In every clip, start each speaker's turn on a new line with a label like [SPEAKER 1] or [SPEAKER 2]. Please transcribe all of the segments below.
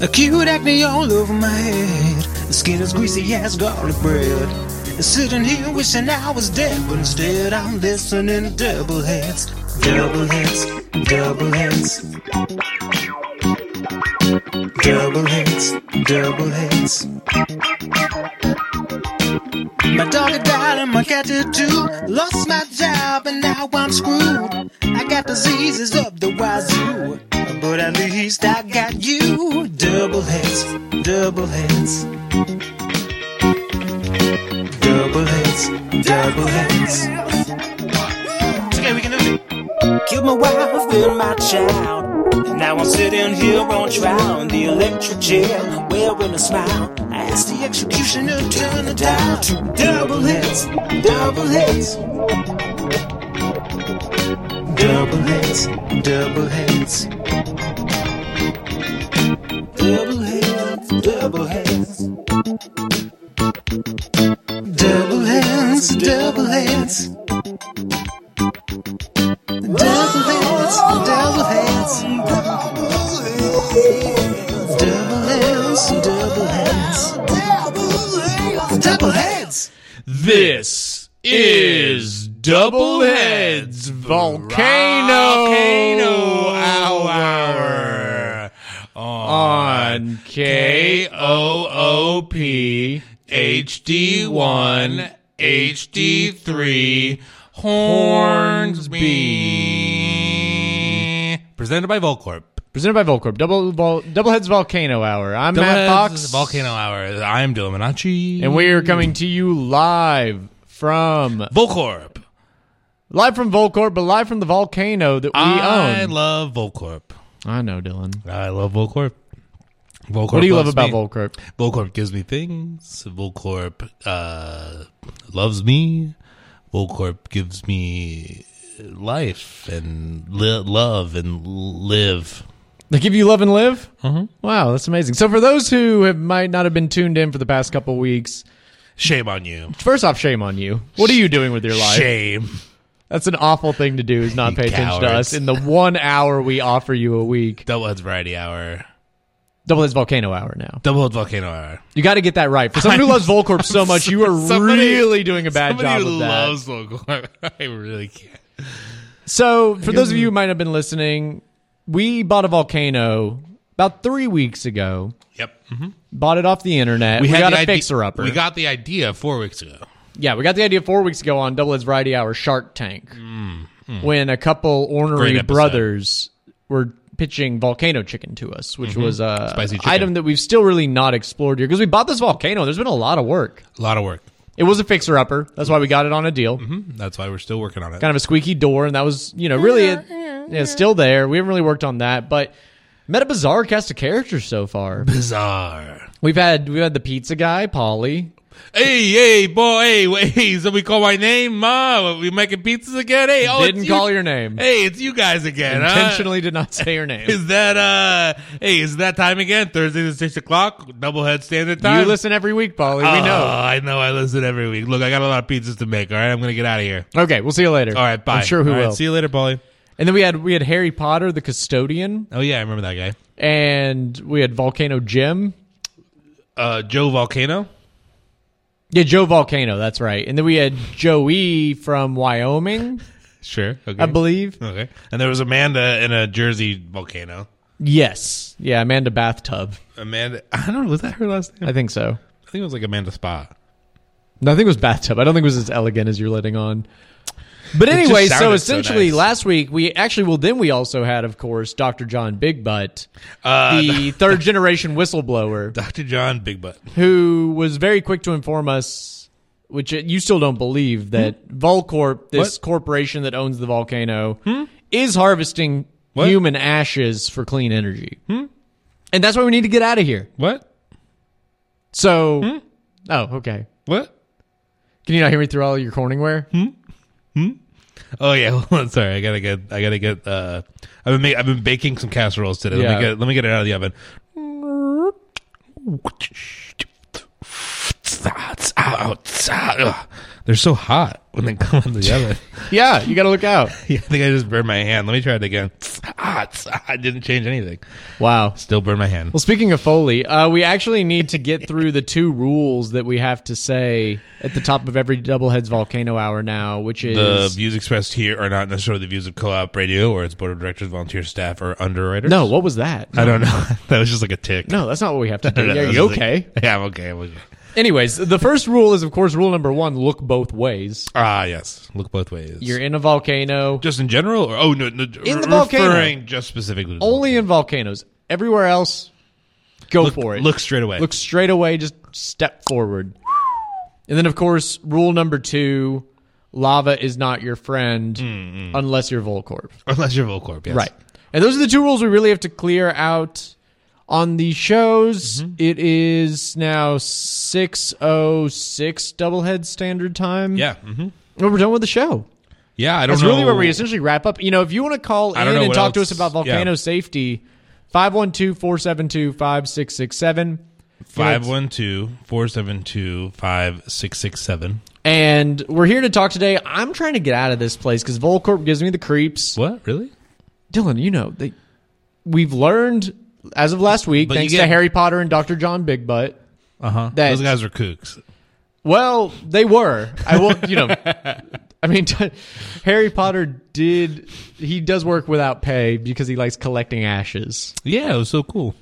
[SPEAKER 1] Acute acne all over my head. The skin is greasy as garlic bread. And sitting here wishing I was dead, but instead I'm listening to double heads, double heads, double heads, double heads, double heads. My dog had died and my cat did too. Lost my job and now I'm screwed. I got diseases up the wazoo, but at least I got you. Double heads, double heads. Double heads, double heads. It's okay, we can do it. Killed my wife and my child. And now I'm sitting here on trial in the electric chair, wearing a smile. I asked the executioner to turn the dial to double heads, double heads. Double heads, double heads. Double heads, double heads. Double heads, double heads. Double heads, double heads. Double heads, double heads. Double heads.
[SPEAKER 2] This is Double Heads Volcano, Hour, on KOOP HD1 HD3 Hornsby. Presented by Volcorp.
[SPEAKER 3] Presented by Volcorp. Double vol- Double Heads Volcano Hour. I'm
[SPEAKER 2] Double
[SPEAKER 3] Matt Fox.
[SPEAKER 2] Heads Volcano Hour. I'm Dylan Minacci.
[SPEAKER 3] And we are coming to you live from
[SPEAKER 2] Volcorp.
[SPEAKER 3] live from Volcorp, but live from the volcano that we
[SPEAKER 2] I
[SPEAKER 3] own.
[SPEAKER 2] love Volcorp.
[SPEAKER 3] I know, Dylan.
[SPEAKER 2] I love Volcorp. Volcorp
[SPEAKER 3] What do you love
[SPEAKER 2] loves
[SPEAKER 3] about
[SPEAKER 2] me.
[SPEAKER 3] Volcorp?
[SPEAKER 2] Volcorp gives me things. Volcorp uh, loves me. Volcorp gives me life and li- love and live.
[SPEAKER 3] They give you love and live.
[SPEAKER 2] Mm-hmm.
[SPEAKER 3] Wow, that's amazing. So for those who have, might not have been tuned in for the past couple weeks,
[SPEAKER 2] Shame on you.
[SPEAKER 3] first off, shame on you. What are you doing with your life?
[SPEAKER 2] Shame.
[SPEAKER 3] That's an awful thing to do. Is not
[SPEAKER 2] You
[SPEAKER 3] pay attention to
[SPEAKER 2] cowards.
[SPEAKER 3] us in the one hour we offer you a week.
[SPEAKER 2] Double Heads Variety Hour.
[SPEAKER 3] Double Heads Volcano Hour now.
[SPEAKER 2] Double Heads Volcano Hour.
[SPEAKER 3] You got to get that right. For someone who loves Volcorp so much, you are
[SPEAKER 2] Somebody-
[SPEAKER 3] really doing a bad
[SPEAKER 2] Somebody
[SPEAKER 3] job
[SPEAKER 2] who
[SPEAKER 3] of that.
[SPEAKER 2] loves Volcorp. I really can't.
[SPEAKER 3] So, for those of you who might have been listening, we bought a volcano about three weeks ago.
[SPEAKER 2] Yep.
[SPEAKER 3] Bought it off the internet. Mm-hmm. We, got
[SPEAKER 2] the
[SPEAKER 3] a
[SPEAKER 2] idea-
[SPEAKER 3] fixer upper.
[SPEAKER 2] We got the idea four weeks ago.
[SPEAKER 3] yeah, we got the idea four weeks ago on Double Ed's Variety Hour Shark Tank when a couple
[SPEAKER 2] Mm, Great
[SPEAKER 3] ornery
[SPEAKER 2] episode.
[SPEAKER 3] brothers were pitching volcano chicken to us, which was a
[SPEAKER 2] Mm-hmm. Spicy chicken.
[SPEAKER 3] item that we've still really not explored here because we bought this volcano. There's been a lot of work.
[SPEAKER 2] A lot of work. Mm-hmm.
[SPEAKER 3] It was a fixer upper. That's why we got it on a deal.
[SPEAKER 2] That's why we're still working on it.
[SPEAKER 3] kind of a squeaky door, and that was you know really it- yeah, still there. We haven't really worked on that, but met a bizarre cast of characters so far.
[SPEAKER 2] Bizarre.
[SPEAKER 3] we've had we've had the pizza guy, Polly.
[SPEAKER 2] Hey, hey, boy, hey, wait, hey, somebody call my name, ma. We making pizzas again? Hey, oh,
[SPEAKER 3] Didn't
[SPEAKER 2] it's
[SPEAKER 3] call
[SPEAKER 2] you.
[SPEAKER 3] your name.
[SPEAKER 2] Hey, it's you guys again. huh?
[SPEAKER 3] Intentionally did not say your name.
[SPEAKER 2] Is that uh? Hey, is that time again? Thursday to six o'clock, doublehead standard time.
[SPEAKER 3] You listen every week, Polly.
[SPEAKER 2] Oh,
[SPEAKER 3] we know.
[SPEAKER 2] I know. I listen every week. Look, I got a lot of pizzas to make. All right, I'm gonna get out of here.
[SPEAKER 3] Uh, Okay, we'll see you later.
[SPEAKER 2] All right, bye.
[SPEAKER 3] I'm sure who
[SPEAKER 2] All right,
[SPEAKER 3] will.
[SPEAKER 2] see you later, Paulie.
[SPEAKER 3] and then we had we had Harry Potter, the custodian,
[SPEAKER 2] Oh yeah, I remember that guy.
[SPEAKER 3] and we had Volcano Jim.
[SPEAKER 2] Uh, Joe Volcano.
[SPEAKER 3] Yeah, Joe Volcano. That's right. And then we had Joey from Wyoming,
[SPEAKER 2] Sure. Okay.
[SPEAKER 3] I believe.
[SPEAKER 2] Okay. And there was Amanda in a Jersey volcano.
[SPEAKER 3] Yes. Yeah, Amanda Bathtub.
[SPEAKER 2] Amanda, I don't know. Was that her last name?
[SPEAKER 3] I think so.
[SPEAKER 2] I think it was like Amanda Spa.
[SPEAKER 3] No, I think it was bathtub. I don't think it was as elegant as you're letting on. But
[SPEAKER 2] just
[SPEAKER 3] anyway, so
[SPEAKER 2] sounded so
[SPEAKER 3] essentially
[SPEAKER 2] nice.
[SPEAKER 3] last week we actually well then we also had of course Dr. John Big Butt,
[SPEAKER 2] Uh,
[SPEAKER 3] the third generation whistleblower
[SPEAKER 2] Dr. John Big Butt.
[SPEAKER 3] who was very quick to inform us which you still don't
[SPEAKER 2] Hmm?
[SPEAKER 3] believe that Volcorp, this corporation that owns the volcano, is harvesting
[SPEAKER 2] Hmm? What? Hmm?
[SPEAKER 3] human ashes for clean energy. And that's why we need to get out of here.
[SPEAKER 2] What?
[SPEAKER 3] So
[SPEAKER 2] Hmm?
[SPEAKER 3] Oh, okay.
[SPEAKER 2] What?
[SPEAKER 3] Can you not hear me through all your Corningware?
[SPEAKER 2] Hmm? Oh yeah, hold on. Sorry, I gotta get. I gotta get. Uh, I've been make, I've been baking some casseroles today. Let
[SPEAKER 3] Yeah.
[SPEAKER 2] me get. Let me get it out of the oven. outside. Ugh. They're so hot when they come on the oven.
[SPEAKER 3] Yeah, you got to look out.
[SPEAKER 2] yeah, I think I just burned my hand. Let me try it again. Ah, it's- ah, I didn't change anything.
[SPEAKER 3] Wow.
[SPEAKER 2] Still burned my hand.
[SPEAKER 3] Well, speaking of Foley, uh, we actually need to get through the two rules that we have to say at the top of every Doubleheads Volcano Hour now, which is
[SPEAKER 2] The views expressed here are not necessarily the views of co-op radio or its board of directors, volunteer staff, or underwriters.
[SPEAKER 3] no. What was that?
[SPEAKER 2] I don't know. that was just like a tick.
[SPEAKER 3] no, that's not what we have to do. Yeah,
[SPEAKER 2] No, no,
[SPEAKER 3] you
[SPEAKER 2] this is
[SPEAKER 3] okay?
[SPEAKER 2] like- yeah, I'm okay. I'm okay.
[SPEAKER 3] Anyways, the first rule is of course rule number one: look both ways.
[SPEAKER 2] Ah, yes. Look both ways.
[SPEAKER 3] You're in a volcano.
[SPEAKER 2] just in general, or oh no, no
[SPEAKER 3] In the
[SPEAKER 2] re-
[SPEAKER 3] volcano.
[SPEAKER 2] referring just specifically to the
[SPEAKER 3] Only in volcanoes. Everywhere else, go
[SPEAKER 2] volcano.
[SPEAKER 3] for it.
[SPEAKER 2] Look straight away.
[SPEAKER 3] Look straight away, just step forward. And then, of course, rule number two lava is not your friend
[SPEAKER 2] Mm,
[SPEAKER 3] unless you're Volcorp.
[SPEAKER 2] unless you're Volcorp. Yes.
[SPEAKER 3] Right. And those are the two rules we really have to clear out on the shows.
[SPEAKER 2] Mm-hmm.
[SPEAKER 3] It is now 606 doublehead standard time.
[SPEAKER 2] Yeah. hmm
[SPEAKER 3] And we're done with the show.
[SPEAKER 2] Yeah. I don't
[SPEAKER 3] That's
[SPEAKER 2] know.
[SPEAKER 3] really where we essentially wrap up. You know, if you want to call
[SPEAKER 2] I
[SPEAKER 3] in
[SPEAKER 2] don't know
[SPEAKER 3] and
[SPEAKER 2] what
[SPEAKER 3] talk to
[SPEAKER 2] else-
[SPEAKER 3] us about volcano
[SPEAKER 2] yeah.
[SPEAKER 3] safety, 512 472 5667.
[SPEAKER 2] 512-472-5667.
[SPEAKER 3] And we're here to talk today. I'm trying to get out of this place because Volcorp gives me the creeps.
[SPEAKER 2] What? Really?
[SPEAKER 3] Dylan, you know, they, we've learned as of last week,
[SPEAKER 2] But you
[SPEAKER 3] thanks to
[SPEAKER 2] get-
[SPEAKER 3] Harry Potter and Dr. John Big Butt.
[SPEAKER 2] Uh huh.
[SPEAKER 3] That-
[SPEAKER 2] Those guys are kooks.
[SPEAKER 3] Well, they were. I will, you know, I mean, Harry Potter did, he does work without pay because he likes collecting ashes.
[SPEAKER 2] Yeah, it was so cool.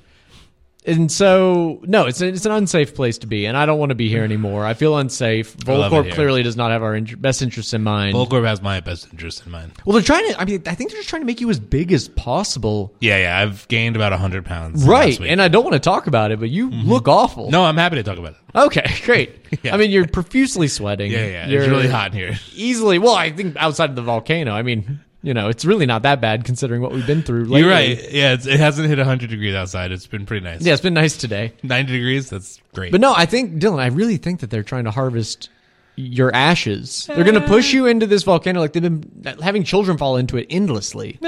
[SPEAKER 3] And so, no, it's, a, it's an unsafe place to be, and I don't want to be here anymore. I feel unsafe.
[SPEAKER 2] I love it
[SPEAKER 3] Volcorp
[SPEAKER 2] here.
[SPEAKER 3] clearly does not have our inter- best interests in mind.
[SPEAKER 2] Volcorp has my best interest in mind.
[SPEAKER 3] Well, they're trying to. I mean, I think they're just trying to make you as big as possible,
[SPEAKER 2] Yeah, yeah. I've gained about hundred pounds.
[SPEAKER 3] right?
[SPEAKER 2] last week.
[SPEAKER 3] And I don't want to talk about it, but you look awful.
[SPEAKER 2] no, I'm happy to talk about it.
[SPEAKER 3] Okay, great.
[SPEAKER 2] Yeah.
[SPEAKER 3] I mean, you're profusely sweating.
[SPEAKER 2] Yeah, yeah.
[SPEAKER 3] You're
[SPEAKER 2] It's really hot in here.
[SPEAKER 3] Easily. Well, I think outside of the volcano. I mean, you know, it's really not that bad considering what we've been through. Lately.
[SPEAKER 2] You're right. Yeah, it's, it hasn't hit hundred degrees outside. It's been pretty nice.
[SPEAKER 3] Yeah, it's been nice today.
[SPEAKER 2] ninety degrees. That's great.
[SPEAKER 3] But no, I think Dylan, I really think that they're trying to harvest your ashes. They're going to push you into this volcano like they've been having children fall into it endlessly.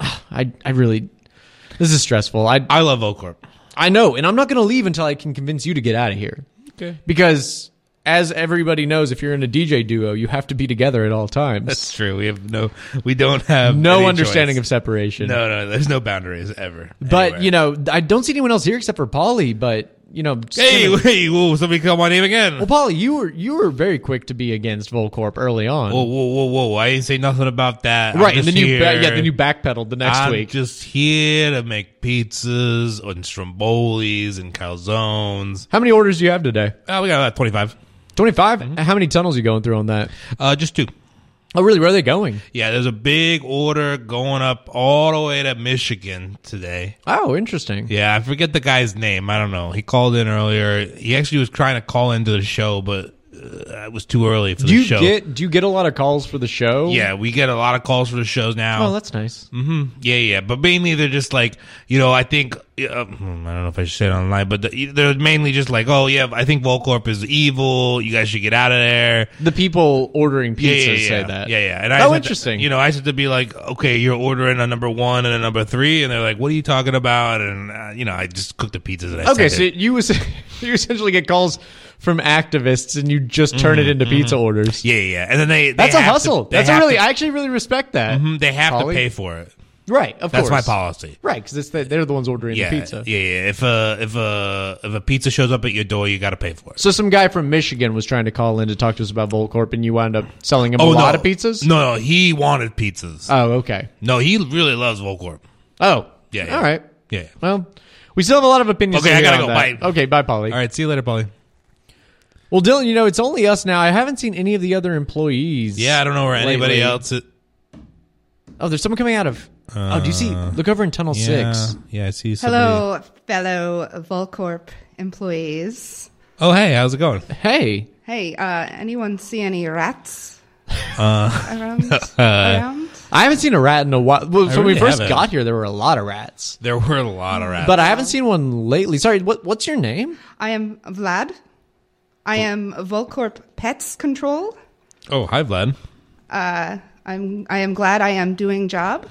[SPEAKER 3] I I really this is stressful. I
[SPEAKER 2] I love Volcorp.
[SPEAKER 3] I know, and I'm not going to leave until I can convince you to get out of here.
[SPEAKER 2] Okay.
[SPEAKER 3] Because as everybody knows, if you're in a DJ duo, you have to be together at all times.
[SPEAKER 2] That's true. We have no, we don't have
[SPEAKER 3] no understanding of separation.
[SPEAKER 2] No, no, there's no boundaries ever.
[SPEAKER 3] but you know, I don't see anyone else here except for Polly. But you know, just
[SPEAKER 2] hey,
[SPEAKER 3] kinda-
[SPEAKER 2] hey, whoa, somebody call my name again.
[SPEAKER 3] well, Polly, you were you were very quick to be against Volcorp early on,
[SPEAKER 2] whoa, whoa, whoa, whoa! I didn't say nothing about that. Oh, I'm
[SPEAKER 3] right? And
[SPEAKER 2] just
[SPEAKER 3] then you ba-
[SPEAKER 2] here.
[SPEAKER 3] yeah, then you backpedaled the next
[SPEAKER 2] I'm
[SPEAKER 3] week.
[SPEAKER 2] just here to make pizzas and strombolis and calzones.
[SPEAKER 3] How many orders do you have today?
[SPEAKER 2] Oh, we got about twenty-five.
[SPEAKER 3] Twenty
[SPEAKER 2] Mm-hmm.
[SPEAKER 3] How many tunnels you going through on that?
[SPEAKER 2] Uh, just two.
[SPEAKER 3] Oh, really? Where are they going?
[SPEAKER 2] Yeah, there's a big order going up all the way to Michigan today.
[SPEAKER 3] Oh, interesting.
[SPEAKER 2] Yeah, I forget the guy's name. I don't know. He called in earlier. He actually was trying to call into the show, but uh, it was too early for
[SPEAKER 3] Do
[SPEAKER 2] the
[SPEAKER 3] you
[SPEAKER 2] show.
[SPEAKER 3] get do you get a lot of calls for the show?
[SPEAKER 2] yeah, we get a lot of calls for the shows now.
[SPEAKER 3] Oh, that's nice.
[SPEAKER 2] Mm, yeah, yeah, but mainly they're just like you know. I think uh, hmm, I don't know if I should say it online, but the, they're mainly just like, oh yeah, I think Volcorp is evil. You guys should get out of there.
[SPEAKER 3] The people ordering pizzas
[SPEAKER 2] Yeah, yeah, yeah.
[SPEAKER 3] say that.
[SPEAKER 2] Yeah, yeah. And I
[SPEAKER 3] Oh,
[SPEAKER 2] said-
[SPEAKER 3] interesting.
[SPEAKER 2] you know, I said to be like, okay, you're ordering a number one and a number three, and they're like, what are you talking about? And uh, you know, I just cooked the pizzas. And I
[SPEAKER 3] Okay,
[SPEAKER 2] sent
[SPEAKER 3] so
[SPEAKER 2] it.
[SPEAKER 3] you was you essentially get calls from activists and you just turn it into pizza orders.
[SPEAKER 2] Mm-hmm, yeah, yeah, and then they, they
[SPEAKER 3] That's a
[SPEAKER 2] have to-
[SPEAKER 3] hustle.
[SPEAKER 2] they
[SPEAKER 3] That's a
[SPEAKER 2] have
[SPEAKER 3] really
[SPEAKER 2] to-
[SPEAKER 3] I actually really respect that.
[SPEAKER 2] Mhm, they have
[SPEAKER 3] Polly?
[SPEAKER 2] to pay for it.
[SPEAKER 3] Right, of
[SPEAKER 2] That's
[SPEAKER 3] course.
[SPEAKER 2] my policy.
[SPEAKER 3] Right, because the, they're the ones ordering
[SPEAKER 2] Yeah,
[SPEAKER 3] the pizza.
[SPEAKER 2] yeah, yeah. If a if a if a pizza shows up at your door, you got to pay for it.
[SPEAKER 3] So some guy from Michigan was trying to call in to talk to us about Volcorp, and you wound up selling him a lot of pizzas.
[SPEAKER 2] Oh, No, no, he wanted pizzas.
[SPEAKER 3] Oh, okay.
[SPEAKER 2] no, he really loves Volcorp.
[SPEAKER 3] Oh,
[SPEAKER 2] Yeah, yeah.
[SPEAKER 3] All right.
[SPEAKER 2] Yeah.
[SPEAKER 3] Well, we still have a lot of opinions.
[SPEAKER 2] Okay,
[SPEAKER 3] to
[SPEAKER 2] I
[SPEAKER 3] hear
[SPEAKER 2] gotta
[SPEAKER 3] on
[SPEAKER 2] go.
[SPEAKER 3] that.
[SPEAKER 2] Bye.
[SPEAKER 3] Okay, bye, Polly.
[SPEAKER 2] All right. See you later, Polly.
[SPEAKER 3] Well, Dylan, you know it's only us now. I haven't seen any of the other employees.
[SPEAKER 2] Yeah, I don't know where anybody
[SPEAKER 3] lately.
[SPEAKER 2] else. Is.
[SPEAKER 3] Oh, there's someone coming out of. oh, do you see? Look over in tunnel
[SPEAKER 2] Uh, Yeah,
[SPEAKER 3] six.
[SPEAKER 2] yeah. I see. Somebody.
[SPEAKER 4] Hello, fellow Volcorp employees.
[SPEAKER 2] Oh, hey, how's it going?
[SPEAKER 3] Hey,
[SPEAKER 4] Hey, uh, anyone see any rats around? around?
[SPEAKER 3] I haven't seen a rat in a while. Well, when we
[SPEAKER 2] really
[SPEAKER 3] first
[SPEAKER 2] haven't.
[SPEAKER 3] got here, there were a lot of rats,
[SPEAKER 2] There were a lot of rats.
[SPEAKER 3] but I haven't seen one lately. Sorry, what what's your name?
[SPEAKER 4] I am Vlad. I am Volcorp Pets Control.
[SPEAKER 2] oh, hi, Vlad.
[SPEAKER 4] I'm I am glad I am doing job.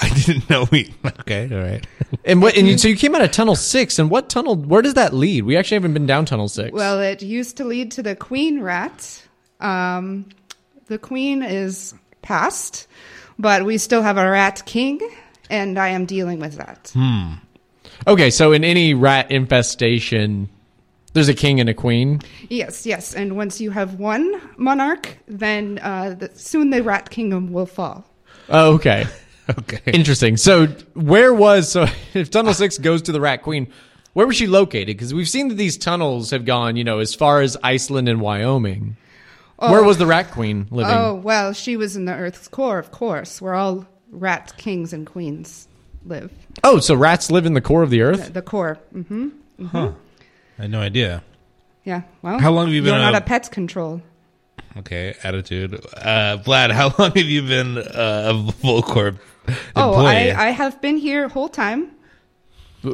[SPEAKER 2] I didn't know we. Okay, all right.
[SPEAKER 3] And what? And you, so you came out of Tunnel Six. And what tunnel? Where does that lead? We actually haven't been down Tunnel Six.
[SPEAKER 4] Well, it used to lead to the Queen Rat. Um, the Queen is passed, but we still have a Rat King, and I am dealing with that.
[SPEAKER 3] okay. So in any rat infestation, there's a king and a queen.
[SPEAKER 4] Yes, yes. And once you have one monarch, then uh, the, soon the Rat Kingdom will fall.
[SPEAKER 3] Oh, okay.
[SPEAKER 2] Okay.
[SPEAKER 3] Interesting. So where was so if Tunnel Six goes to the Rat Queen, where was she located? Because we've seen that these tunnels have gone, you know, as far as Iceland and Wyoming. Where was the Rat Queen living?
[SPEAKER 4] Oh, well, she was in the Earth's core, of course, where all rat kings and queens live.
[SPEAKER 3] Oh, so rats live in the core of the
[SPEAKER 4] The,
[SPEAKER 3] earth.
[SPEAKER 4] the core. hmm
[SPEAKER 2] I had no idea.
[SPEAKER 4] Yeah. Well,
[SPEAKER 2] How long have you been
[SPEAKER 4] You're
[SPEAKER 2] a-
[SPEAKER 4] not a pet control.
[SPEAKER 2] Okay, attitude. Uh, Vlad, how long have you been uh, a Volcorp employee?
[SPEAKER 4] Oh, I, I have been here whole time.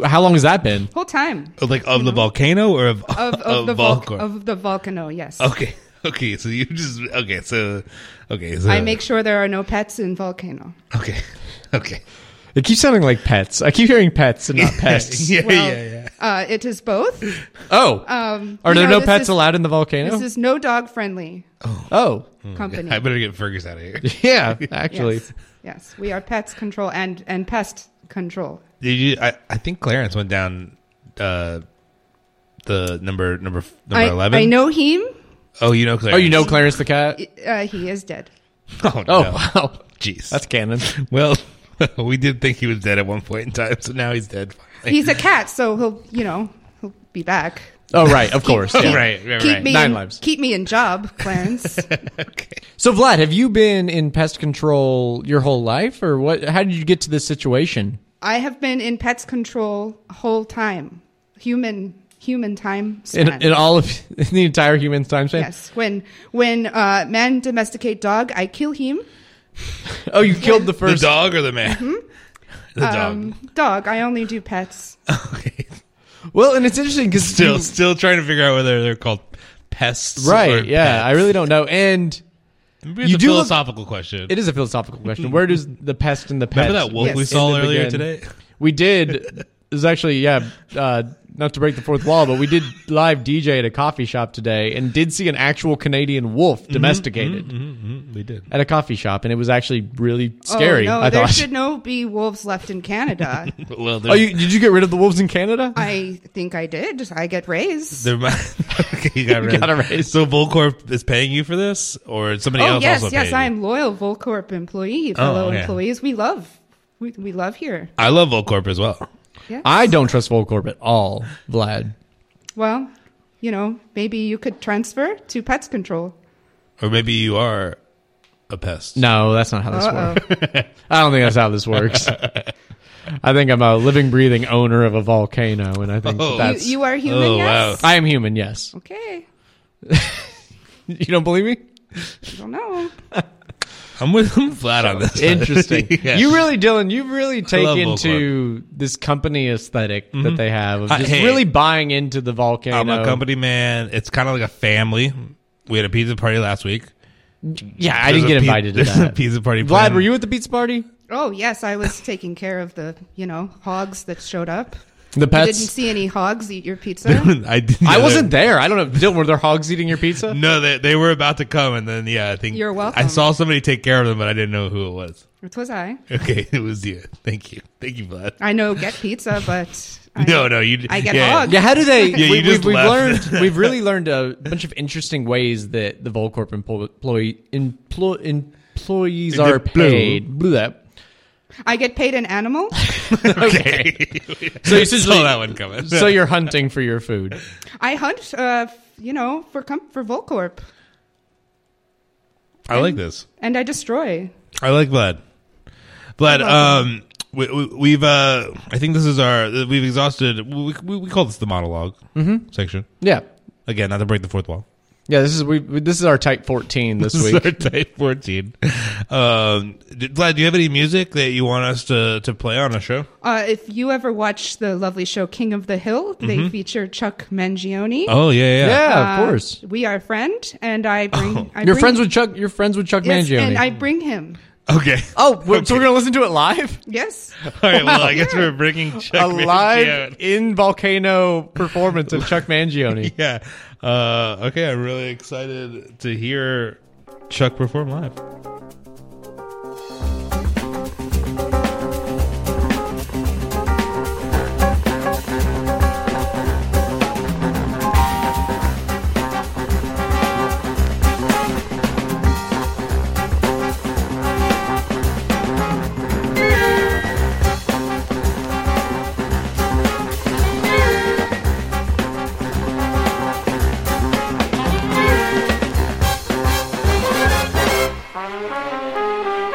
[SPEAKER 3] How long has that been?
[SPEAKER 4] Whole time.
[SPEAKER 2] Oh, like of the volcano or of
[SPEAKER 4] Of, of, the
[SPEAKER 2] Volcorp?
[SPEAKER 4] Volc- of the volcano, yes.
[SPEAKER 2] okay, okay. So you just okay. So okay. So
[SPEAKER 4] I make sure there are no pets in volcano.
[SPEAKER 2] okay, okay.
[SPEAKER 3] It keeps sounding like pets. I keep hearing pets and not pests.
[SPEAKER 2] yeah,
[SPEAKER 4] Well,
[SPEAKER 2] yeah, yeah.
[SPEAKER 4] Uh, it is both.
[SPEAKER 3] Oh,
[SPEAKER 4] Um,
[SPEAKER 3] are
[SPEAKER 4] you
[SPEAKER 3] there
[SPEAKER 4] know,
[SPEAKER 3] no
[SPEAKER 4] this
[SPEAKER 3] pets
[SPEAKER 4] is-
[SPEAKER 3] allowed in the volcano?
[SPEAKER 4] This is no dog friendly
[SPEAKER 3] oh,
[SPEAKER 4] company.
[SPEAKER 2] I better get Fergus out of here.
[SPEAKER 3] yeah, actually.
[SPEAKER 4] Yes. yes, we are pets control and, and pest control.
[SPEAKER 2] Did you? I, I think Clarence went down. Uh, the number number f- number
[SPEAKER 4] I,
[SPEAKER 2] eleven.
[SPEAKER 4] I know him.
[SPEAKER 2] Oh, you know
[SPEAKER 3] Oh,
[SPEAKER 2] Clarence.
[SPEAKER 3] you know Clarence the cat.
[SPEAKER 4] Uh, he is dead.
[SPEAKER 2] Oh,
[SPEAKER 3] Oh,
[SPEAKER 2] no.
[SPEAKER 3] wow,
[SPEAKER 2] jeez.
[SPEAKER 3] that's canon.
[SPEAKER 2] well. we did think he was dead at one point in time, so now he's dead.
[SPEAKER 4] He's a cat, so he'll, you know, he'll be back.
[SPEAKER 3] Oh, right, of course.
[SPEAKER 2] Oh,
[SPEAKER 3] yeah.
[SPEAKER 2] right, right,
[SPEAKER 4] Keep
[SPEAKER 2] right.
[SPEAKER 4] me
[SPEAKER 3] Nine
[SPEAKER 4] in,
[SPEAKER 3] lives.
[SPEAKER 4] Keep me in job, Clarence.
[SPEAKER 2] okay.
[SPEAKER 3] So, Vlad, have you been in pest control your whole life, or what? How did you get to this situation?
[SPEAKER 4] I have been in pets control whole time. Human human time
[SPEAKER 3] In,
[SPEAKER 4] span.
[SPEAKER 3] in all of in the entire human time span?
[SPEAKER 4] yes. When when uh, man domesticate dog, I kill him.
[SPEAKER 3] Oh, you killed the
[SPEAKER 2] The
[SPEAKER 3] first.
[SPEAKER 2] dog or the man? The dog.
[SPEAKER 4] Mm-hmm. Um, dog. I only do pets.
[SPEAKER 2] Okay.
[SPEAKER 3] Well, and it's interesting because
[SPEAKER 2] Still, still trying to figure out whether they're called pests. or
[SPEAKER 3] right? Yeah,
[SPEAKER 2] pets.
[SPEAKER 3] I really don't know. And
[SPEAKER 2] Maybe it's
[SPEAKER 3] You
[SPEAKER 2] a
[SPEAKER 3] do look-
[SPEAKER 2] philosophical question.
[SPEAKER 3] it is a philosophical question. Where does the pest and the pet?
[SPEAKER 2] Remember that wolf
[SPEAKER 4] Yes.
[SPEAKER 2] we
[SPEAKER 4] in
[SPEAKER 2] saw
[SPEAKER 3] the
[SPEAKER 2] earlier
[SPEAKER 3] begin-
[SPEAKER 2] today?
[SPEAKER 3] We did. It was actually yeah. Uh, not to break the fourth wall, but we did live DJ at a coffee shop today, and did see an actual Canadian wolf domesticated
[SPEAKER 2] We did.
[SPEAKER 3] at a coffee shop, and it was actually really scary.
[SPEAKER 4] Oh, no,
[SPEAKER 3] I
[SPEAKER 4] there
[SPEAKER 3] thought.
[SPEAKER 4] should no be wolves left in Canada.
[SPEAKER 2] Well,
[SPEAKER 3] Oh, you, did you get rid of the wolves in Canada?
[SPEAKER 4] I think I did. I get raised.
[SPEAKER 2] there might- okay, you got,
[SPEAKER 3] got a
[SPEAKER 2] raised.
[SPEAKER 3] raise.
[SPEAKER 2] So Volcorp is paying you for this, or somebody
[SPEAKER 4] Oh
[SPEAKER 2] else
[SPEAKER 4] yes,
[SPEAKER 2] also
[SPEAKER 4] yes,
[SPEAKER 2] paid
[SPEAKER 4] I
[SPEAKER 2] You?
[SPEAKER 4] am loyal Volcorp employee, fellow
[SPEAKER 2] okay.
[SPEAKER 4] employees. We love, we, we love here.
[SPEAKER 2] I love Volcorp as well.
[SPEAKER 4] Yes.
[SPEAKER 3] I don't trust Volcorp at all, Vlad.
[SPEAKER 4] well, you know, maybe you could transfer to pets control.
[SPEAKER 2] Or maybe you are a pest.
[SPEAKER 3] No, that's not how this works.
[SPEAKER 4] Uh oh.
[SPEAKER 3] I don't think that's how this works. I think I'm a living, breathing owner of a volcano, and I think
[SPEAKER 2] Oh.
[SPEAKER 3] that that's.
[SPEAKER 4] you, you are human,
[SPEAKER 2] Oh,
[SPEAKER 4] yes.
[SPEAKER 3] I am human, yes.
[SPEAKER 4] Okay.
[SPEAKER 3] You don't believe me?
[SPEAKER 4] I don't know.
[SPEAKER 2] I'm with him flat on this.
[SPEAKER 3] Interesting.
[SPEAKER 2] Yeah.
[SPEAKER 3] You really, Dylan, you've really
[SPEAKER 2] love
[SPEAKER 3] taken
[SPEAKER 2] Volcorp.
[SPEAKER 3] to this company esthetic that they have of
[SPEAKER 2] Mm-hmm. I-
[SPEAKER 3] just
[SPEAKER 2] hey,
[SPEAKER 3] really buying into the volcano.
[SPEAKER 2] I'm a company man. It's kind of like a family. We had a pizza party last week.
[SPEAKER 3] Yeah, I didn't
[SPEAKER 2] There's a
[SPEAKER 3] get
[SPEAKER 2] pi-
[SPEAKER 3] invited to
[SPEAKER 2] there's A
[SPEAKER 3] that.
[SPEAKER 2] pizza party.
[SPEAKER 3] Vlad,
[SPEAKER 2] planned.
[SPEAKER 3] were you at the pizza party?
[SPEAKER 4] Oh yes, I was taking care of the you know hogs that showed up.
[SPEAKER 3] The
[SPEAKER 4] I
[SPEAKER 3] pets?
[SPEAKER 4] didn't see any hogs eat your pizza.
[SPEAKER 2] I didn't.
[SPEAKER 3] I
[SPEAKER 2] know
[SPEAKER 3] wasn't
[SPEAKER 2] that-
[SPEAKER 3] there. I don't know. Dylan, were there hogs eating your pizza?
[SPEAKER 2] No, they they were about to come, and then yeah, I think
[SPEAKER 4] You're welcome.
[SPEAKER 2] I saw somebody take care of them, but I didn't know who it was.
[SPEAKER 4] it was I.
[SPEAKER 2] Okay, it was you. Thank you, thank you, Vlad.
[SPEAKER 4] I know get pizza, but I,
[SPEAKER 2] no, no, you.
[SPEAKER 4] I get
[SPEAKER 2] yeah.
[SPEAKER 4] hogged.
[SPEAKER 3] Yeah, how do they?
[SPEAKER 2] Yeah,
[SPEAKER 3] we,
[SPEAKER 2] you
[SPEAKER 3] we've,
[SPEAKER 2] just
[SPEAKER 3] we've
[SPEAKER 2] left.
[SPEAKER 3] learned. We've really learned a bunch of interesting ways that the Volcorp employee employ, employees
[SPEAKER 2] The
[SPEAKER 3] are
[SPEAKER 2] blue.
[SPEAKER 3] paid. Blue.
[SPEAKER 4] I get paid an animal.
[SPEAKER 2] Okay,
[SPEAKER 3] So
[SPEAKER 2] I
[SPEAKER 3] you essentially-
[SPEAKER 2] saw that one coming.
[SPEAKER 3] So you're hunting for your food.
[SPEAKER 4] I hunt, uh, f- you know, for com- for Volcorp,
[SPEAKER 2] I like this.
[SPEAKER 4] and I destroy.
[SPEAKER 2] I like Vlad. Vlad, um, we, we, we've uh, I think this is our we've exhausted. We, we, we call this the monolog section
[SPEAKER 3] Yeah,
[SPEAKER 2] again. Not to break the fourth wall.
[SPEAKER 3] yeah. This is we. we- This is our type fourteen this
[SPEAKER 2] This is
[SPEAKER 3] week.
[SPEAKER 2] our type 14. Um, d- Vlad, do you have any music that you want us to, to play on a show?
[SPEAKER 4] Uh, if you ever watch the lovely show King of the Hill, they feature Chuck Mangione.
[SPEAKER 2] Oh, yeah,
[SPEAKER 3] Mm-hmm. Yeah,
[SPEAKER 4] Uh,
[SPEAKER 3] of course. Oh,
[SPEAKER 4] We are friend, and I bring. I
[SPEAKER 3] You're
[SPEAKER 4] bring-
[SPEAKER 3] friends with Chuck. You're friends with Chuck
[SPEAKER 4] yes,
[SPEAKER 3] Mangione.
[SPEAKER 4] and I bring him.
[SPEAKER 2] Okay.
[SPEAKER 3] Oh, we're, so we're gonna listen to it live?
[SPEAKER 4] Yes.
[SPEAKER 2] All right. Well, I guess we're bringing Chuck
[SPEAKER 3] a live
[SPEAKER 2] Mangione.
[SPEAKER 3] in volcano performance of Chuck Mangione.
[SPEAKER 2] Yeah. Uh, okay. I'm really excited to hear Chuck perform live.
[SPEAKER 5] Thank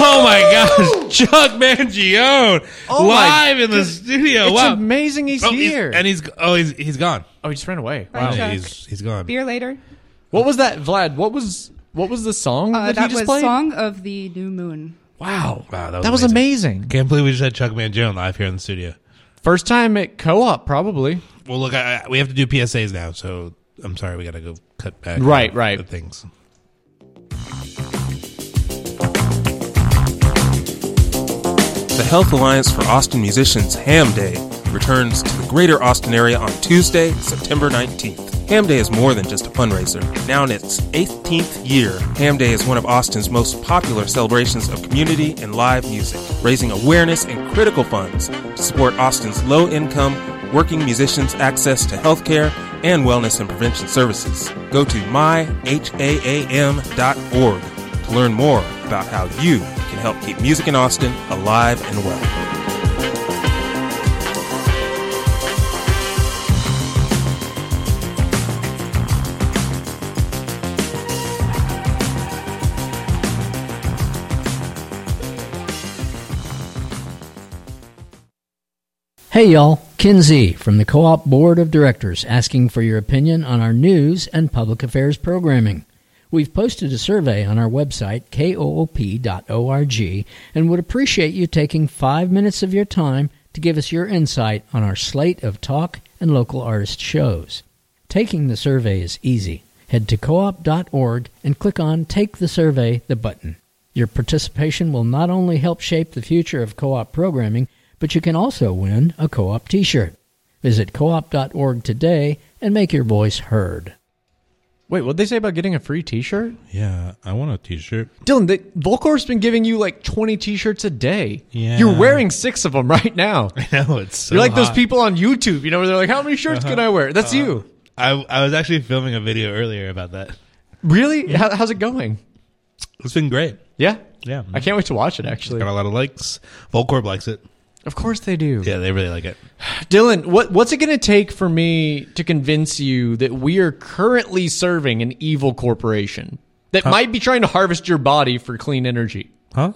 [SPEAKER 2] Oh my gosh, Chuck Mangione
[SPEAKER 3] Oh my
[SPEAKER 2] live in the studio.
[SPEAKER 3] It's
[SPEAKER 2] wow.
[SPEAKER 3] amazing he's
[SPEAKER 2] Oh, he's-
[SPEAKER 3] here.
[SPEAKER 2] and he's oh he's he's gone.
[SPEAKER 3] oh, he just ran away.
[SPEAKER 4] Wow.
[SPEAKER 3] Wow.
[SPEAKER 4] Chuck.
[SPEAKER 2] he's he's gone.
[SPEAKER 4] Beer later.
[SPEAKER 3] What was that, Vlad? What was what was the song
[SPEAKER 4] Uh,
[SPEAKER 3] that, he
[SPEAKER 4] that
[SPEAKER 3] just
[SPEAKER 4] was
[SPEAKER 3] played?
[SPEAKER 4] Song of the New Moon.
[SPEAKER 3] Wow.
[SPEAKER 2] Wow,
[SPEAKER 3] That was amazing.
[SPEAKER 2] Can't believe we just had Chuck Mangione live here in the studio.
[SPEAKER 3] First time at co-op, probably.
[SPEAKER 2] Well, look, I, I- we have to do PSAs now, so I'm sorry, we got to go cut back.
[SPEAKER 3] Right,
[SPEAKER 2] on
[SPEAKER 3] right.
[SPEAKER 2] The things.
[SPEAKER 5] The Health Alliance for Austin Musicians Ham Day returns to the greater Austin area on Tuesday, September 19th. Ham Day is more than just a fundraiser. Now in its 18th year, Ham Day is one of Austin's most popular celebrations of community and live music, raising awareness and critical funds to support Austin's low income, working musicians' access to health care and wellness and prevention services. Go to myhaam.org to learn more about how you can help keep music in Austin alive and well.
[SPEAKER 6] Hey y'all, Kinsey from the Co op Board of Directors asking for your opinion on our news and public affairs programming. We've posted a survey on our website, koop.org, and would appreciate you taking five minutes of your time to give us your insight on our slate of talk and local artist shows. Taking the survey is easy. Head to coop.org and click on Take the Survey, the button. Your participation will not only help shape the future of co op programming, but you can also win a co op t shirt. Visit coop.org today and make your voice heard.
[SPEAKER 3] Wait, what'd they say about getting a free T-shirt?
[SPEAKER 2] Yeah, I want a T-shirt.
[SPEAKER 3] Dylan, the, Volcor's been giving you like 20 T-shirts a day.
[SPEAKER 2] Yeah.
[SPEAKER 3] You're wearing six of them right now.
[SPEAKER 2] No, it's so
[SPEAKER 3] You're like those
[SPEAKER 2] hot.
[SPEAKER 3] people on YouTube, you know, where they're like, "How many shirts can I
[SPEAKER 2] Uh-huh.
[SPEAKER 3] wear?" That's you.
[SPEAKER 2] I I was actually filming a video earlier about that.
[SPEAKER 3] Really? How, how's it going?
[SPEAKER 2] It's been great.
[SPEAKER 3] Yeah.
[SPEAKER 2] Yeah,
[SPEAKER 3] I can't wait to watch it. Actually,
[SPEAKER 2] got a lot of likes. Volcorb likes it.
[SPEAKER 3] of course they do.
[SPEAKER 2] Yeah, they really like it.
[SPEAKER 3] Dylan, what what's it going to take for me to convince you that we are currently serving an evil corporation that might be trying to harvest your body for clean energy?
[SPEAKER 2] Huh?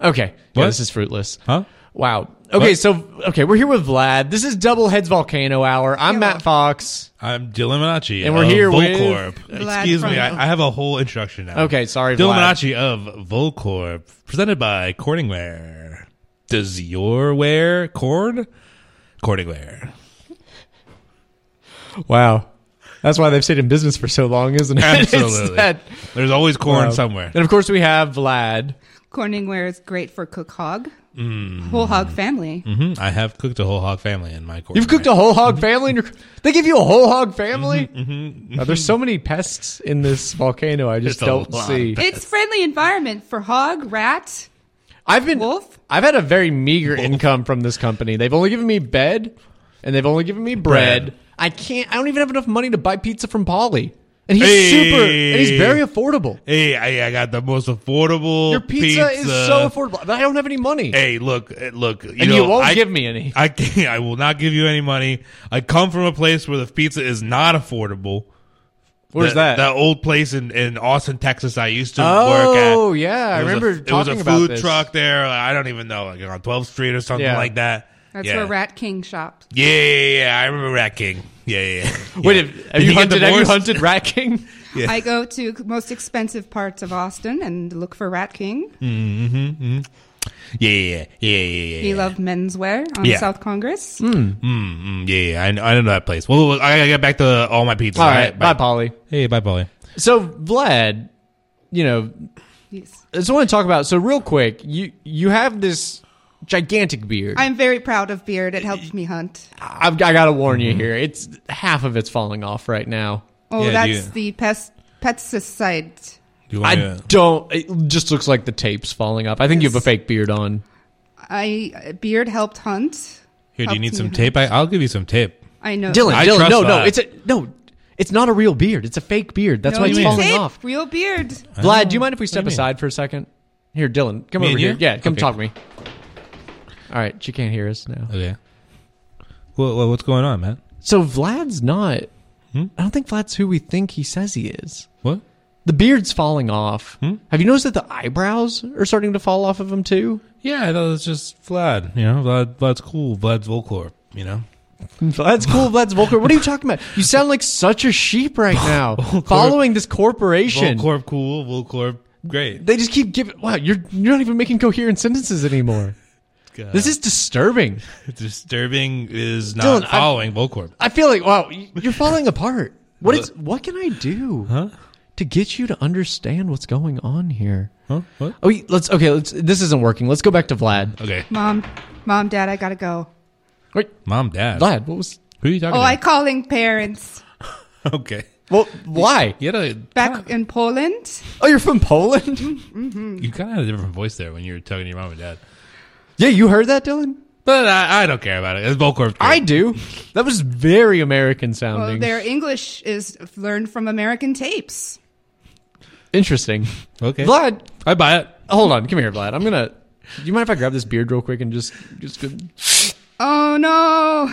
[SPEAKER 3] Okay, yeah,
[SPEAKER 2] What?
[SPEAKER 3] this is fruitless.
[SPEAKER 2] Huh?
[SPEAKER 3] Wow. Okay,
[SPEAKER 2] What?
[SPEAKER 3] so okay, we're here with Vlad. This is Double Heads Volcano Hour. I'm Matt Fox.
[SPEAKER 2] I'm Dylan Minacci.
[SPEAKER 3] And we're
[SPEAKER 2] of
[SPEAKER 3] here with
[SPEAKER 2] Volcorb.
[SPEAKER 4] Vlad
[SPEAKER 2] Excuse me,
[SPEAKER 4] from-
[SPEAKER 2] I, I have a whole introduction now.
[SPEAKER 3] Okay, sorry,
[SPEAKER 2] Dylan
[SPEAKER 3] Vlad.
[SPEAKER 2] Minacci of Volcorb, presented by Cordingware. Does your wear cord? Cordingware.
[SPEAKER 3] Wow, that's why they've stayed in business for so long, isn't it? It's
[SPEAKER 2] Absolutely.
[SPEAKER 3] that-
[SPEAKER 2] There's always corn
[SPEAKER 3] wow.
[SPEAKER 2] somewhere.
[SPEAKER 3] And of course, we have Vlad.
[SPEAKER 4] Corningware is great for cook hog.
[SPEAKER 3] Mm.
[SPEAKER 4] Whole hog family.
[SPEAKER 3] Mm-hmm.
[SPEAKER 2] hmm I have cooked a whole hog family in my corn.
[SPEAKER 3] You've cooked a whole hog family. In your, they give you a whole hog family.
[SPEAKER 2] Mm-hmm,
[SPEAKER 3] Now, there's so many pests in this volcano. I just
[SPEAKER 2] It's a
[SPEAKER 3] don't
[SPEAKER 2] lot.
[SPEAKER 3] see.
[SPEAKER 4] It's friendly environment for hog, rat.
[SPEAKER 3] I've been.
[SPEAKER 4] Wolf?
[SPEAKER 3] I've had a very meager income from this company. They've only given me bed, and they've only given me bread.
[SPEAKER 2] Bread.
[SPEAKER 3] I can't. I don't even have enough money to buy pizza from Polly. And he's super. And he's
[SPEAKER 2] Hey.
[SPEAKER 3] very affordable.
[SPEAKER 2] Hey, I, I got the most affordable
[SPEAKER 3] Your pizza, is so affordable, but I don't have any money.
[SPEAKER 2] Hey, look, eh, look. You
[SPEAKER 3] and
[SPEAKER 2] know,
[SPEAKER 3] you won't
[SPEAKER 2] I,
[SPEAKER 3] give me any.
[SPEAKER 2] I can't, I will not give you any money. I come from a place where the pizza is not affordable.
[SPEAKER 3] Where's
[SPEAKER 2] The-
[SPEAKER 3] that?
[SPEAKER 2] That old place in, in Austin, Texas. I used to work at.
[SPEAKER 3] oh yeah, I
[SPEAKER 2] It was a-
[SPEAKER 3] remember talking
[SPEAKER 2] It was a
[SPEAKER 3] about
[SPEAKER 2] food
[SPEAKER 3] this.
[SPEAKER 2] truck there. like, I don't even know, like on 12th Street or something
[SPEAKER 3] Yeah.
[SPEAKER 2] like that.
[SPEAKER 4] That's
[SPEAKER 2] yeah.
[SPEAKER 4] where Rat King shopped.
[SPEAKER 2] Yeah, yeah, yeah, I remember Rat King. Yeah, yeah. yeah.
[SPEAKER 3] Wait,
[SPEAKER 2] Yeah.
[SPEAKER 3] have, have
[SPEAKER 2] Did
[SPEAKER 3] you
[SPEAKER 2] he get
[SPEAKER 3] hunted? Have you
[SPEAKER 2] divorced?
[SPEAKER 3] hunted Rat King?
[SPEAKER 4] I go to most expensive parts of Austin and look for Rat King.
[SPEAKER 2] Yeah, yeah, yeah, yeah, yeah. yeah,
[SPEAKER 4] We
[SPEAKER 2] yeah.
[SPEAKER 4] love menswear on
[SPEAKER 2] Yeah.
[SPEAKER 4] South Congress.
[SPEAKER 2] Mm, yeah, yeah. I know, I know that place. Well, well, I gotta get back to all my pizza.
[SPEAKER 3] All right, bye, Polly.
[SPEAKER 2] Hey, bye, Polly.
[SPEAKER 3] So Vlad, you know,
[SPEAKER 4] Yes.
[SPEAKER 3] I just want to talk about. So real quick, you you have this gigantic beard.
[SPEAKER 4] I'm very proud of beard. It helped me hunt.
[SPEAKER 3] I've, I got to warn
[SPEAKER 2] Mm-hmm.
[SPEAKER 3] you here. It's half of it's falling off right now.
[SPEAKER 4] Oh,
[SPEAKER 2] Yeah,
[SPEAKER 4] that's
[SPEAKER 2] dude.
[SPEAKER 4] the pest pesticide.
[SPEAKER 2] Do you
[SPEAKER 3] I
[SPEAKER 2] want to?
[SPEAKER 3] don't. It just looks like the tape's falling off. I think you have a
[SPEAKER 4] Yes.
[SPEAKER 3] fake beard on.
[SPEAKER 4] I beard helped hunt.
[SPEAKER 2] Here, do you
[SPEAKER 4] helped
[SPEAKER 2] need
[SPEAKER 4] me
[SPEAKER 2] some
[SPEAKER 4] hunt.
[SPEAKER 2] tape? I, I'll give you some tape.
[SPEAKER 4] I know.
[SPEAKER 3] Dylan,
[SPEAKER 2] I
[SPEAKER 3] Dylan,
[SPEAKER 2] trust
[SPEAKER 3] no, no,
[SPEAKER 2] that.
[SPEAKER 3] it's a no. It's not a real beard. It's a fake beard. That's
[SPEAKER 4] No,
[SPEAKER 3] why it's
[SPEAKER 4] you
[SPEAKER 3] falling
[SPEAKER 4] tape,
[SPEAKER 3] off.
[SPEAKER 4] Real beard.
[SPEAKER 3] Vlad, Oh, do you mind if we step
[SPEAKER 2] do you mean?
[SPEAKER 3] aside for a second? Here, Dylan, come
[SPEAKER 2] Me
[SPEAKER 3] over
[SPEAKER 2] and
[SPEAKER 3] here.
[SPEAKER 2] you?
[SPEAKER 3] Yeah, come
[SPEAKER 2] Okay.
[SPEAKER 3] talk to me. All right, she can't hear us now.
[SPEAKER 2] Okay. Well, well, what's going on, man?
[SPEAKER 3] Hmm? So Vlad's not. I don't think Vlad's who we think he says he is.
[SPEAKER 2] What?
[SPEAKER 3] The beard's falling off. Have you noticed that the eyebrows are starting to fall off of him too?
[SPEAKER 2] Yeah, I thought it was just Vlad. You know, Vlad, Vlad's cool. Vlad's Volcorp. You know,
[SPEAKER 3] That's cool. That's Volker. What are you talking about? You sound like such a sheep right now, following this corporation.
[SPEAKER 2] Volcorp cool. Volcorp great.
[SPEAKER 3] They just keep giving. Wow, you're you're not even making coherent sentences anymore.
[SPEAKER 2] God.
[SPEAKER 3] This is disturbing.
[SPEAKER 2] disturbing. Is
[SPEAKER 3] Dylan,
[SPEAKER 2] not
[SPEAKER 3] I'm-
[SPEAKER 2] following Volcorp.
[SPEAKER 3] I feel like wow, y- you're falling apart. What is? What can I do
[SPEAKER 2] Huh?
[SPEAKER 3] to get you to understand what's going on here?
[SPEAKER 2] Huh? What?
[SPEAKER 3] Oh, y- let's okay. Let's. This isn't working. Let's go back to Vlad.
[SPEAKER 2] Okay,
[SPEAKER 4] Mom, mom, dad, I gotta go.
[SPEAKER 3] Wait,
[SPEAKER 2] mom, dad.
[SPEAKER 3] Vlad, what was?
[SPEAKER 2] Who are you talking to?
[SPEAKER 4] Oh, I calling parents
[SPEAKER 2] okay.
[SPEAKER 3] Well, why?
[SPEAKER 2] You had a
[SPEAKER 4] back in Poland.
[SPEAKER 3] Oh, you're from Poland?
[SPEAKER 2] you kind of had a different voice there when you were talking to your mom and dad.
[SPEAKER 3] yeah, you heard that, Dylan?
[SPEAKER 2] But I, I don't care about it. It's Volcorp.
[SPEAKER 3] I do. That was very American
[SPEAKER 4] Well,
[SPEAKER 3] sounding.
[SPEAKER 4] their English is learned from American tapes.
[SPEAKER 3] Interesting.
[SPEAKER 2] okay.
[SPEAKER 3] Vlad,
[SPEAKER 2] I buy it.
[SPEAKER 3] hold on. Come here, Vlad. I'm gonna. Do you mind if I grab this beard real quick and just just go?
[SPEAKER 4] Oh no!